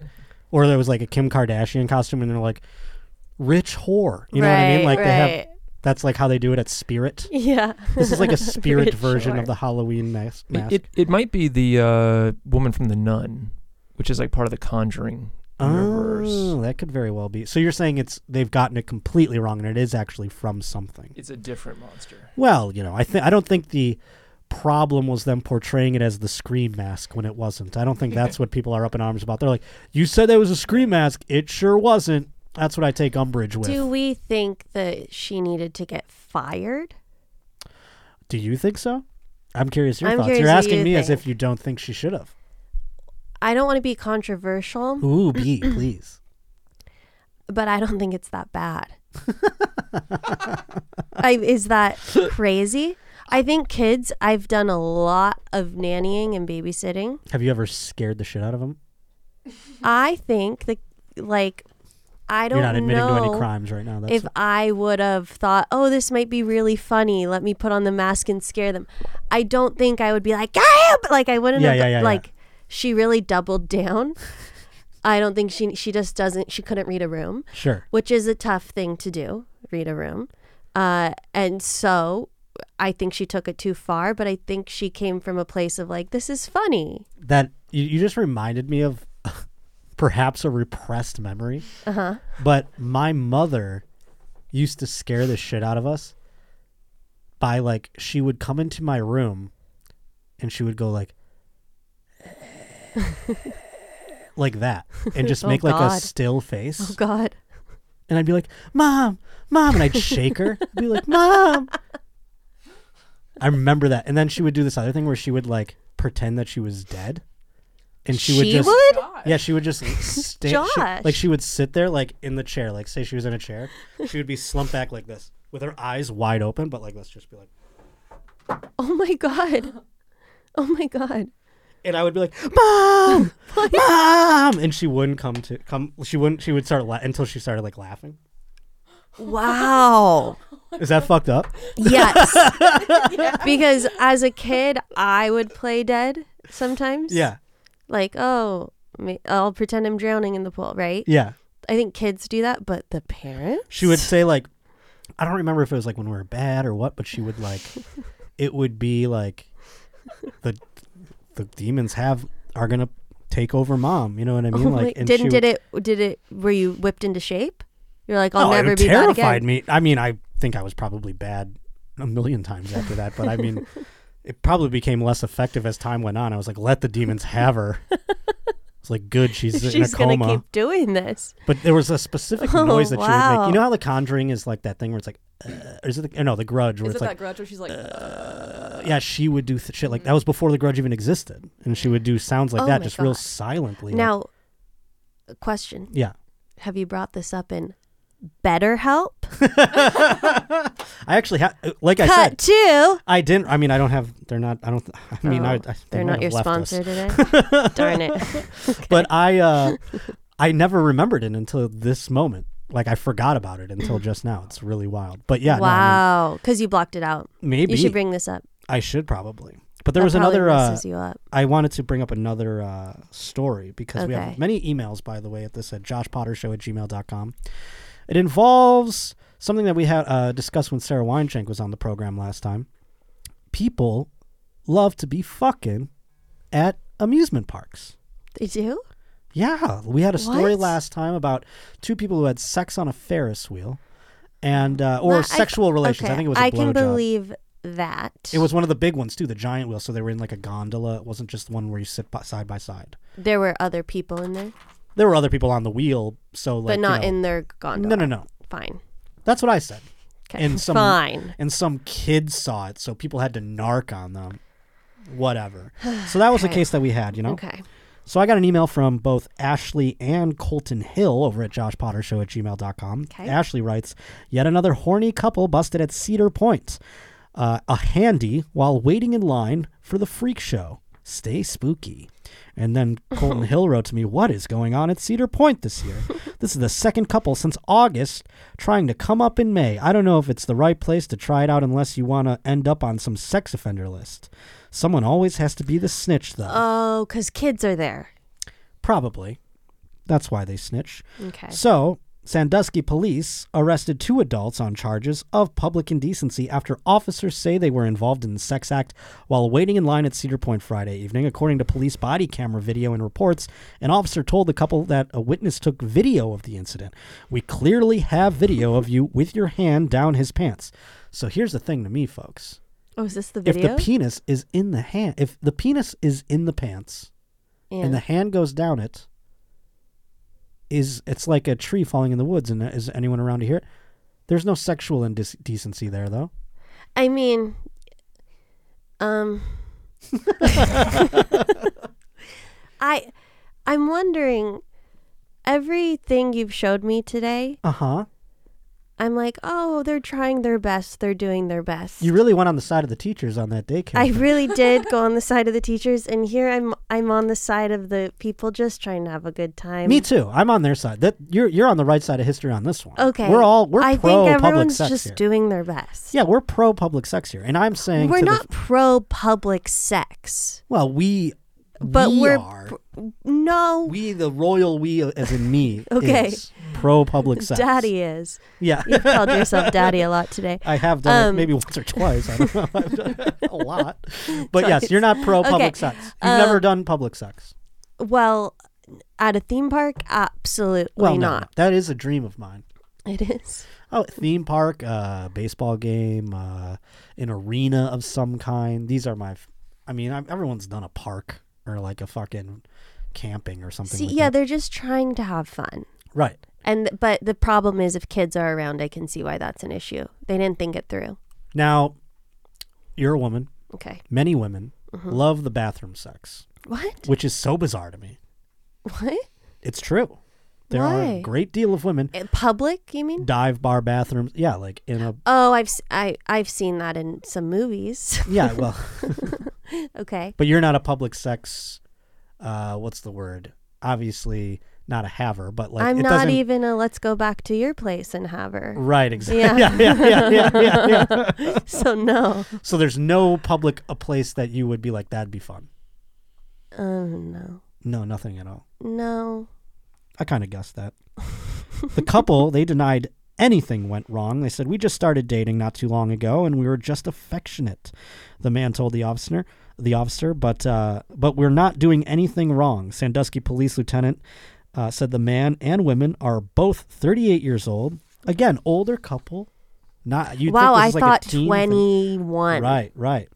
Or there was like a Kim Kardashian costume, and they're like rich whore. You know what I mean?
Right,
Like they have.
right. (laughs)
That's like how they do it at Spirit.
Yeah.
This
(laughs)
is like a Spirit
Rich
version
whore.
of the Halloween mas- mask.
It, it, it might be the uh, woman from The Nun, which is like part of the Conjuring universe.
Oh, that could very well be. So you're saying it's they've gotten it completely wrong, and it is actually from something.
It's a different monster.
Well, you know, I think I don't think the problem was them portraying it as the scream mask when it wasn't. I don't think that's what people are up in arms about. They're like, "You said that was a scream mask. It sure wasn't." That's what I take umbrage with.
Do
Do,
we think that she needed to get fired?
you think so? I'm curious your
I'm
thoughts.
curious
you're
what
asking
you
me as
think.
if you don't think she should have.
I don't want to be controversial,
Ooh, B, please.
but I don't think it's that
(laughs)
bad. I, is that crazy? I think kids, I've done a lot of nannying and babysitting.
Have you ever scared the shit out of them?
I think that, like, I don't
You're not admitting
know
to any crimes right now. That's
if
it.
I would have thought, oh, this might be really funny. Let me put on the mask and scare them. I don't think I would be like, ah! but, like I wouldn't
Yeah,
have
yeah, yeah, yeah.
like she really doubled down. (laughs) I don't think she she just doesn't she couldn't read a room,
sure.
which is a tough thing to do, read a room. Uh, and so I think she took it too far, but I think she came from a place of like, this
(laughs)
is funny.
that you, you just reminded me of (laughs) perhaps a repressed memory.
Uh-huh.
But my mother used to scare the shit out of us by like she would come into my room and she would go like (laughs) like that and just
Oh,
make like a
God.
still face
Oh God,
and I'd be like, "Mom, mom," and I'd shake her. I'd be like, "Mom." I remember that. And then she would do this other thing where she would like pretend that she was dead. and she would
She
just
would?
yeah she would just stand
Josh.
like she would sit there like in the chair like say she was in a chair she would be slumped back like this with her eyes wide open but like let's just be like
Oh my god. (laughs) Oh my god.
and I would be like mom mom and she wouldn't come to come she wouldn't she would start la- until she started like laughing
Wow.
is that fucked up
Yes.
(laughs)
Because as a kid, I would play dead sometimes.
yeah
Like, oh, ma- I'll pretend I'm drowning in the pool, right?
yeah
I think kids do that, but the parents?
she
(laughs)
would say like i don't remember if it was like when we were bad or what but she would
(laughs)
like it would be like the the demons have are gonna take over mom you know what i
(laughs)
mean
Oh
like
my-
and she
didn't
would-
did it did it were you whipped into shape? You're like, I'll
No,
never
it
be bad
terrified
(laughs) again.
me i mean i think i was probably bad a million times after that but i
(laughs)
mean it probably became less effective as time went on i was like let the demons have
(laughs)
her it's like good she's, in a
She's
coma
gonna keep doing this.
But there was a specific
(laughs) Oh,
noise that she would make.
wow.
You know how The Conjuring is like that thing where it's like, uh, or is it? The, or no, The Grudge, where
Is it
it's like,
that grudge where she's like,
uh, yeah, she would do th- shit like that was before The Grudge even existed, and she would do sounds like
Mm-hmm. Oh
that,
my
just real
God.
silently. like-
Now a question.
yeah,
Have you brought this up in BetterHelp?
(laughs) I actually have, like I
Cut
said,
to
I didn't. I mean, I don't have. They're not. I don't. I mean,
Oh,
I, I, they
they're
might
not your
have left us.
sponsor
(laughs)
today. Darn it.
But I,
(laughs)
uh, I never remembered it until this moment. Like I forgot about it
(clears throat)
until just now. It's really wild. But yeah, no, I mean,
wow. Because you blocked it out.
maybe
You should bring this up.
I should probably. But there
That
was
probably
another. Uh,
messes you up.
I wanted to bring up another uh, story because we have
Okay.
many emails, by the way, at this at joshpottershow at gmail.com. It involves something that we had uh, discussed when Sarah Weinchenk was on the program last time. People love to be fucking at amusement parks.
They do?
Yeah, we had a story
What?
last time about two people who had sex on a Ferris wheel, and uh, or
Not- I-
sexual relations. I
okay,
think it was a
I can
blowjob.
believe that.
It was one of the big ones too, the giant wheel. So they were in like a gondola. It wasn't just one where you sit by, side by side.
There were other people in there,
There were other people on the wheel, so like,
but not
you know-
in their
No,
gondola.
no, no.
Fine.
That's what I said.
Okay.
And some
Fine.
and some kids saw it, so people had to narc on them. Whatever. So that was the
Okay.
case that we had, you know.
Okay.
So I got an email from both Ashley and Colton Hill over at joshpottershow at gmail.com.
Okay.
Ashley writes, yet another horny couple busted at Cedar Point. Uh, a handy while waiting in line for the freak show. Stay spooky. And then Colton Hill wrote to me, What is going on at Cedar Point this year? this is the second couple since August trying to come up in May. I don't know if it's the right place to try it out unless you want to end up on some sex offender list. Someone always has to be the snitch, though.
Oh, because kids are there.
Probably. That's why they snitch.
Okay.
So, Sandusky police arrested two adults on charges of public indecency after officers say they were involved in the sex act while waiting in line at Cedar Point Friday evening. According to police body camera video and reports, an officer told the couple that a witness took video of the incident. We clearly have video of you with your hand down his pants. So, here's the thing to me, folks.
Oh, is this the
If
video?
the penis is in the hand, if the penis is in the pants,
yeah.
and the hand goes down it is it's like a tree falling in the woods and is anyone around to hear it there's no sexual indecency there though
I mean,
(laughs)
um, (laughs) I, I'm wondering. Everything you've showed me today,
uh-huh
I'm like, oh, they're trying their best. They're doing their best.
you really went on the side of the teachers on that daycare
I
thing.
really did go on
(laughs)
the side of the teachers, and here I'm. I'm on the side of the people just trying to have a good time.
me too i'm on their side that you're you're on the right side of history on this one
Okay,
we're all we're
I
pro
think
public
everyone's
sex
just
here.
doing their best.
yeah we're pro public sex here and i'm saying
we're
to the-
not pro public sex,
well we
but
we
are
are
no
we the royal we as in me
(laughs) Okay.
is pro
(laughs)
public sex
daddy is.
yeah
You've called yourself daddy a lot today.
I have done it
Um,
maybe once or twice. I don't know. (laughs) I've done it a
(laughs)
lot. But yes, you're not pro public
Okay, um,
sex. You've never done public sex.
Well, at a theme park, absolutely
Well, no,
not.
That is a dream of mine.
It is.
Oh, theme park, uh, baseball game, uh, an arena of some kind. These are my. f- I mean, i everyone's done a park or like a fucking camping or something.
See,
like
yeah,
that.
they're just trying to have fun.
right.
And but the problem is if kids are around, I can see why that's an issue. They didn't think it through.
Now, you're a woman.
Okay. Mm-hmm.
Many women love the bathroom sex.
What?
which is so bizarre to me.
What?
It's true. There are a
Why?
great deal of women
In public, you mean?
dive bar bathrooms. Yeah, like in a
Oh, I've s- I, I've seen that in some movies. (laughs)
yeah. Well,
okay.
but you're not a public sex. Uh, what's the word? Obviously, not a haver, but like
I'm
it
not
doesn't.
even a let's go back to your place and have her. (laughs)
Right, exactly.
Yeah.
Yeah. Yeah, yeah, yeah, yeah, yeah.
(laughs) So no.
So there's no public a place that you would be like that'd be fun.
Oh no.
No, nothing at all.
No.
I kind of guessed that. the couple, they denied anything went wrong. They said, We just started dating not too long ago and we were just affectionate, the man told the officer. The officer, but uh, but we're not doing anything wrong. Sandusky Police Lieutenant uh, said the man and women are both 38 years old. Again, older couple. Not you.
wow, I
think this is like a
thought
teen thing.
21.
Right, right.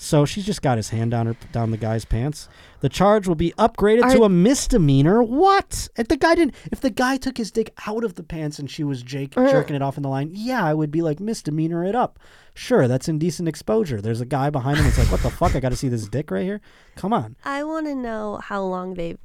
So she's just got his hand down her down the guy's pants. The charge will be upgraded to
Are-
a misdemeanor. What? If the guy didn't, if the guy took his dick out of the pants and she was jake,
Uh-huh.
jerking it off in the line, yeah, I would be like misdemeanor it up. Sure, that's indecent exposure. There's a guy behind him. It's like, what the fuck? I got to see this dick right here. Come on.
I want to know how long they've.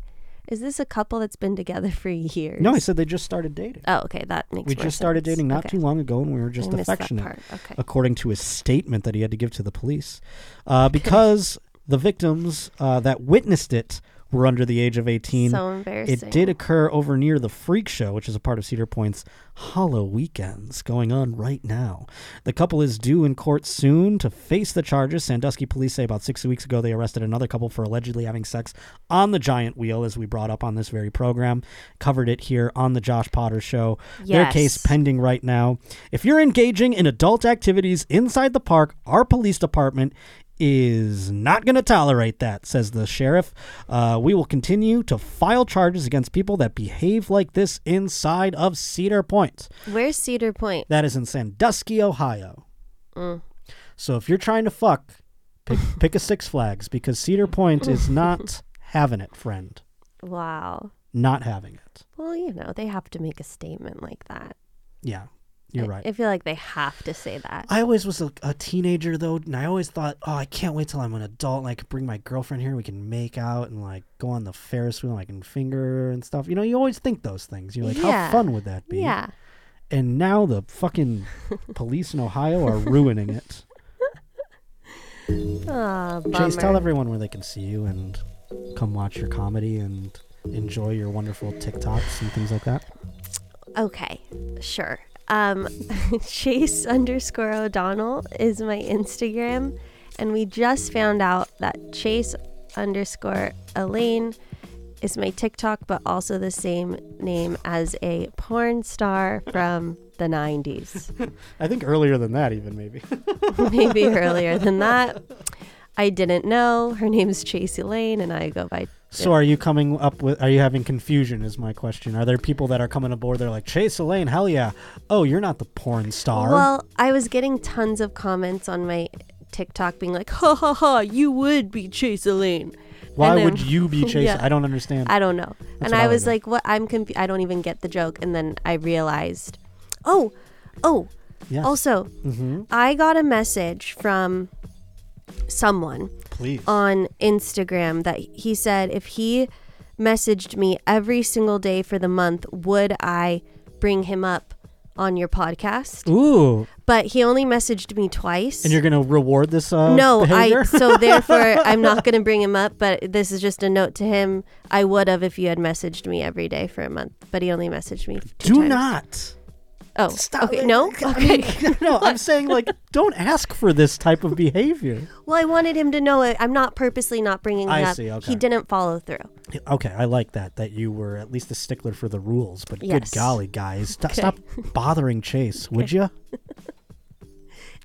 Is this a couple that's been together for years?
No, he said they just started dating.
Oh, okay. That makes
We
more
just started
sense.
dating not
Okay.
too long ago, and we were just
missed that
affectionate,
part. Okay.
according to his statement that he had to give to the police, uh, because the victims uh, that witnessed it were under the age of eighteen.
So
it
embarrassing.
did occur over near the Freak Show, which is a part of Cedar Point's Hollow Weekends, going on right now. The couple is due in court soon to face the charges. Sandusky police say about six weeks ago they arrested another couple for allegedly having sex on the giant wheel, as we brought up on this very program. Covered it here on the Josh Potter Show. Their case
Yes.
pending right now. If you're engaging in adult activities inside the park, our police department is not going to tolerate that, says the sheriff. Uh, we will continue to file charges against people that behave like this inside of Cedar Point.
Where's Cedar Point?
That is in Sandusky, Ohio. So if you're trying to fuck, pick, pick a Six Flags because Cedar Point is not having it, friend.
Wow.
Not having it.
Well, you know, they have to make a statement like that.
Yeah, you're
I-
right.
I feel like they have to say that.
I always was a, a teenager though, and I always thought, oh, I can't wait till I'm an adult and I can bring my girlfriend here. We can make out and like go on the Ferris wheel, and I can finger her and stuff. You know, you always think those things. You're like,
Yeah.
how fun would that be?
yeah.
And now the
(laughs)
fucking police in Ohio are ruining it.
Oh,
Chase, tell
bummer.
everyone where they can see you and come watch your comedy and enjoy your wonderful TikToks and things like that.
Okay, sure. Um, (laughs) Chase underscore O'Donnell is my Instagram, and we just found out that Chase underscore Elaine is my TikTok, but also the same name as a porn star from the 90s,
I think earlier than that, even maybe.
(laughs) maybe earlier than that. I didn't know her name's Chase Elaine, and I go by.
So are you coming up with? Are you having confusion? Is my question. Are there people that are coming aboard? They're like Chase Elaine, hell yeah! Oh, you're not the porn star.
Well, I was getting tons of comments on my TikTok being like, ha ha ha, you would be Chase Elaine.
Why
and then-
would you be Chase?
(laughs) Yeah.
I don't understand.
I don't know. and
what
I
I
was
would do.
like, what? I'm confused. I don't even get the joke. And then I realized, oh, oh.
Yes. Mm-hmm.
Also, I got a message from someone
Please.
on Instagram that he said if he messaged me every single day for the month, would I bring him up on your podcast?
Ooh,
But he only messaged me twice.
and you're gonna reward this? Uh,
No, I
behavior? (laughs)
so therefore I'm not going to bring him up, but this is just a note to him. I would have if you had messaged me every day for a month, but he only messaged me two
do
times.
not.
Oh,
Stop
okay,
it. (laughs)
no. Okay.
no, I'm saying like, don't ask for this type of behavior.
(laughs) well, I wanted him to know it. I'm not purposely not bringing it
I
up.
see, okay.
He didn't follow through.
Okay, I like that. That you were at least a stickler for the rules. But good
Yes.
golly, guys, st- stop bothering Chase, would you?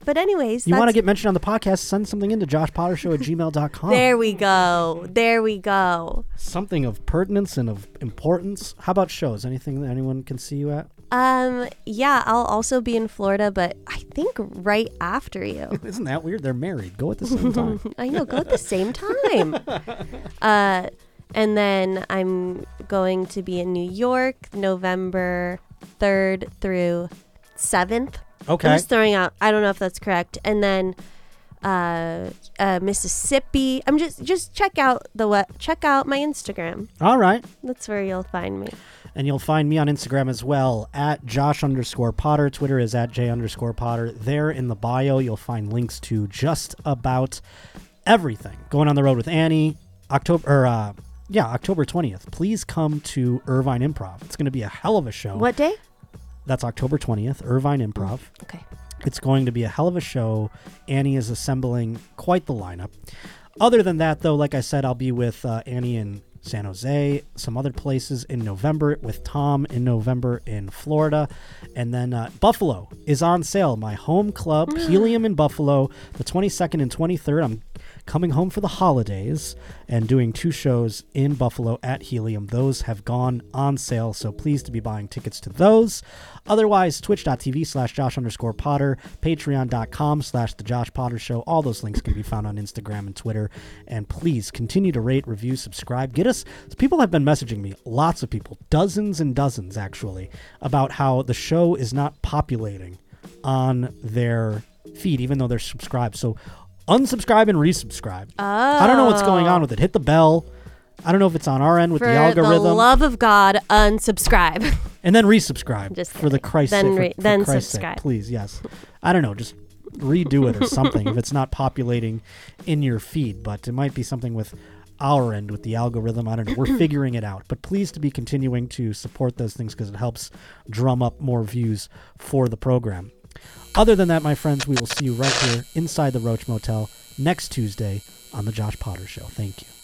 But anyways,
You want to
that's-
get mentioned on the podcast? Send something in to joshpottershow at gmail.com.
there we go. There we go.
something of pertinence and of importance. How about shows? Anything that anyone can see you at?
Um, yeah, I'll also be in Florida, but I think right after you.
(laughs)
(laughs)
Isn't that weird? They're married. Go at the same time.
I know, go at the same time. (laughs) Uh, and then I'm going to be in New York November 3rd through 7th.
Okay.
I'm just throwing out, I don't know if that's correct. And then uh, uh, Mississippi. I'm just just check out the what check out my Instagram.
All right.
That's where you'll find me.
And you'll find me on Instagram as well at Josh underscore Potter. Twitter is at J underscore Potter. There in the bio, you'll find links to just about everything. Going on the road with Annie, October, or, uh, yeah, October 20th. Please come to Irvine Improv. It's going to be a hell of a show.
What day?
That's October 20th, Irvine Improv.
Okay.
It's going to be a hell of a show. Annie is assembling quite the lineup. Other than that, though, like I said, I'll be with uh, Annie in San Jose, some other places in November, with Tom in November in Florida. And then uh, Buffalo is on sale. My home club, Helium in Buffalo, the 22nd and 23rd. I'm coming home for the holidays and doing two shows in Buffalo at Helium. Those have gone on sale, so please to be buying tickets to those. Otherwise, twitch.tv slash Josh underscore Potter, patreon.com slash The Josh Potter Show. All those links can be found on Instagram and Twitter. And please continue to rate, review, subscribe. Get us, people have been messaging me, lots of people, dozens and dozens actually, about how the show is not populating on their feed, even though they're subscribed. So unsubscribe and resubscribe. I don't know what's going on with it. Hit the bell. I don't know if it's on our end with
For
the
the,
algorithm.
love of God, unsubscribe. (laughs)
and then resubscribe
Just
for the
kidding.
Christ
Then
sake. for-
re-
for
then
Christ's
subscribe.
Sake, please, yes. I don't know. Just redo
(laughs)
it or something if it's not populating in your feed, but it might be something with our end with the algorithm. I don't know.
(coughs)
We're figuring it out. But please to be continuing to support those things because it helps drum up more views for the program. Other than that, my friends, we will see you right here inside the Roach Motel next Tuesday on the Josh Potter Show. Thank you.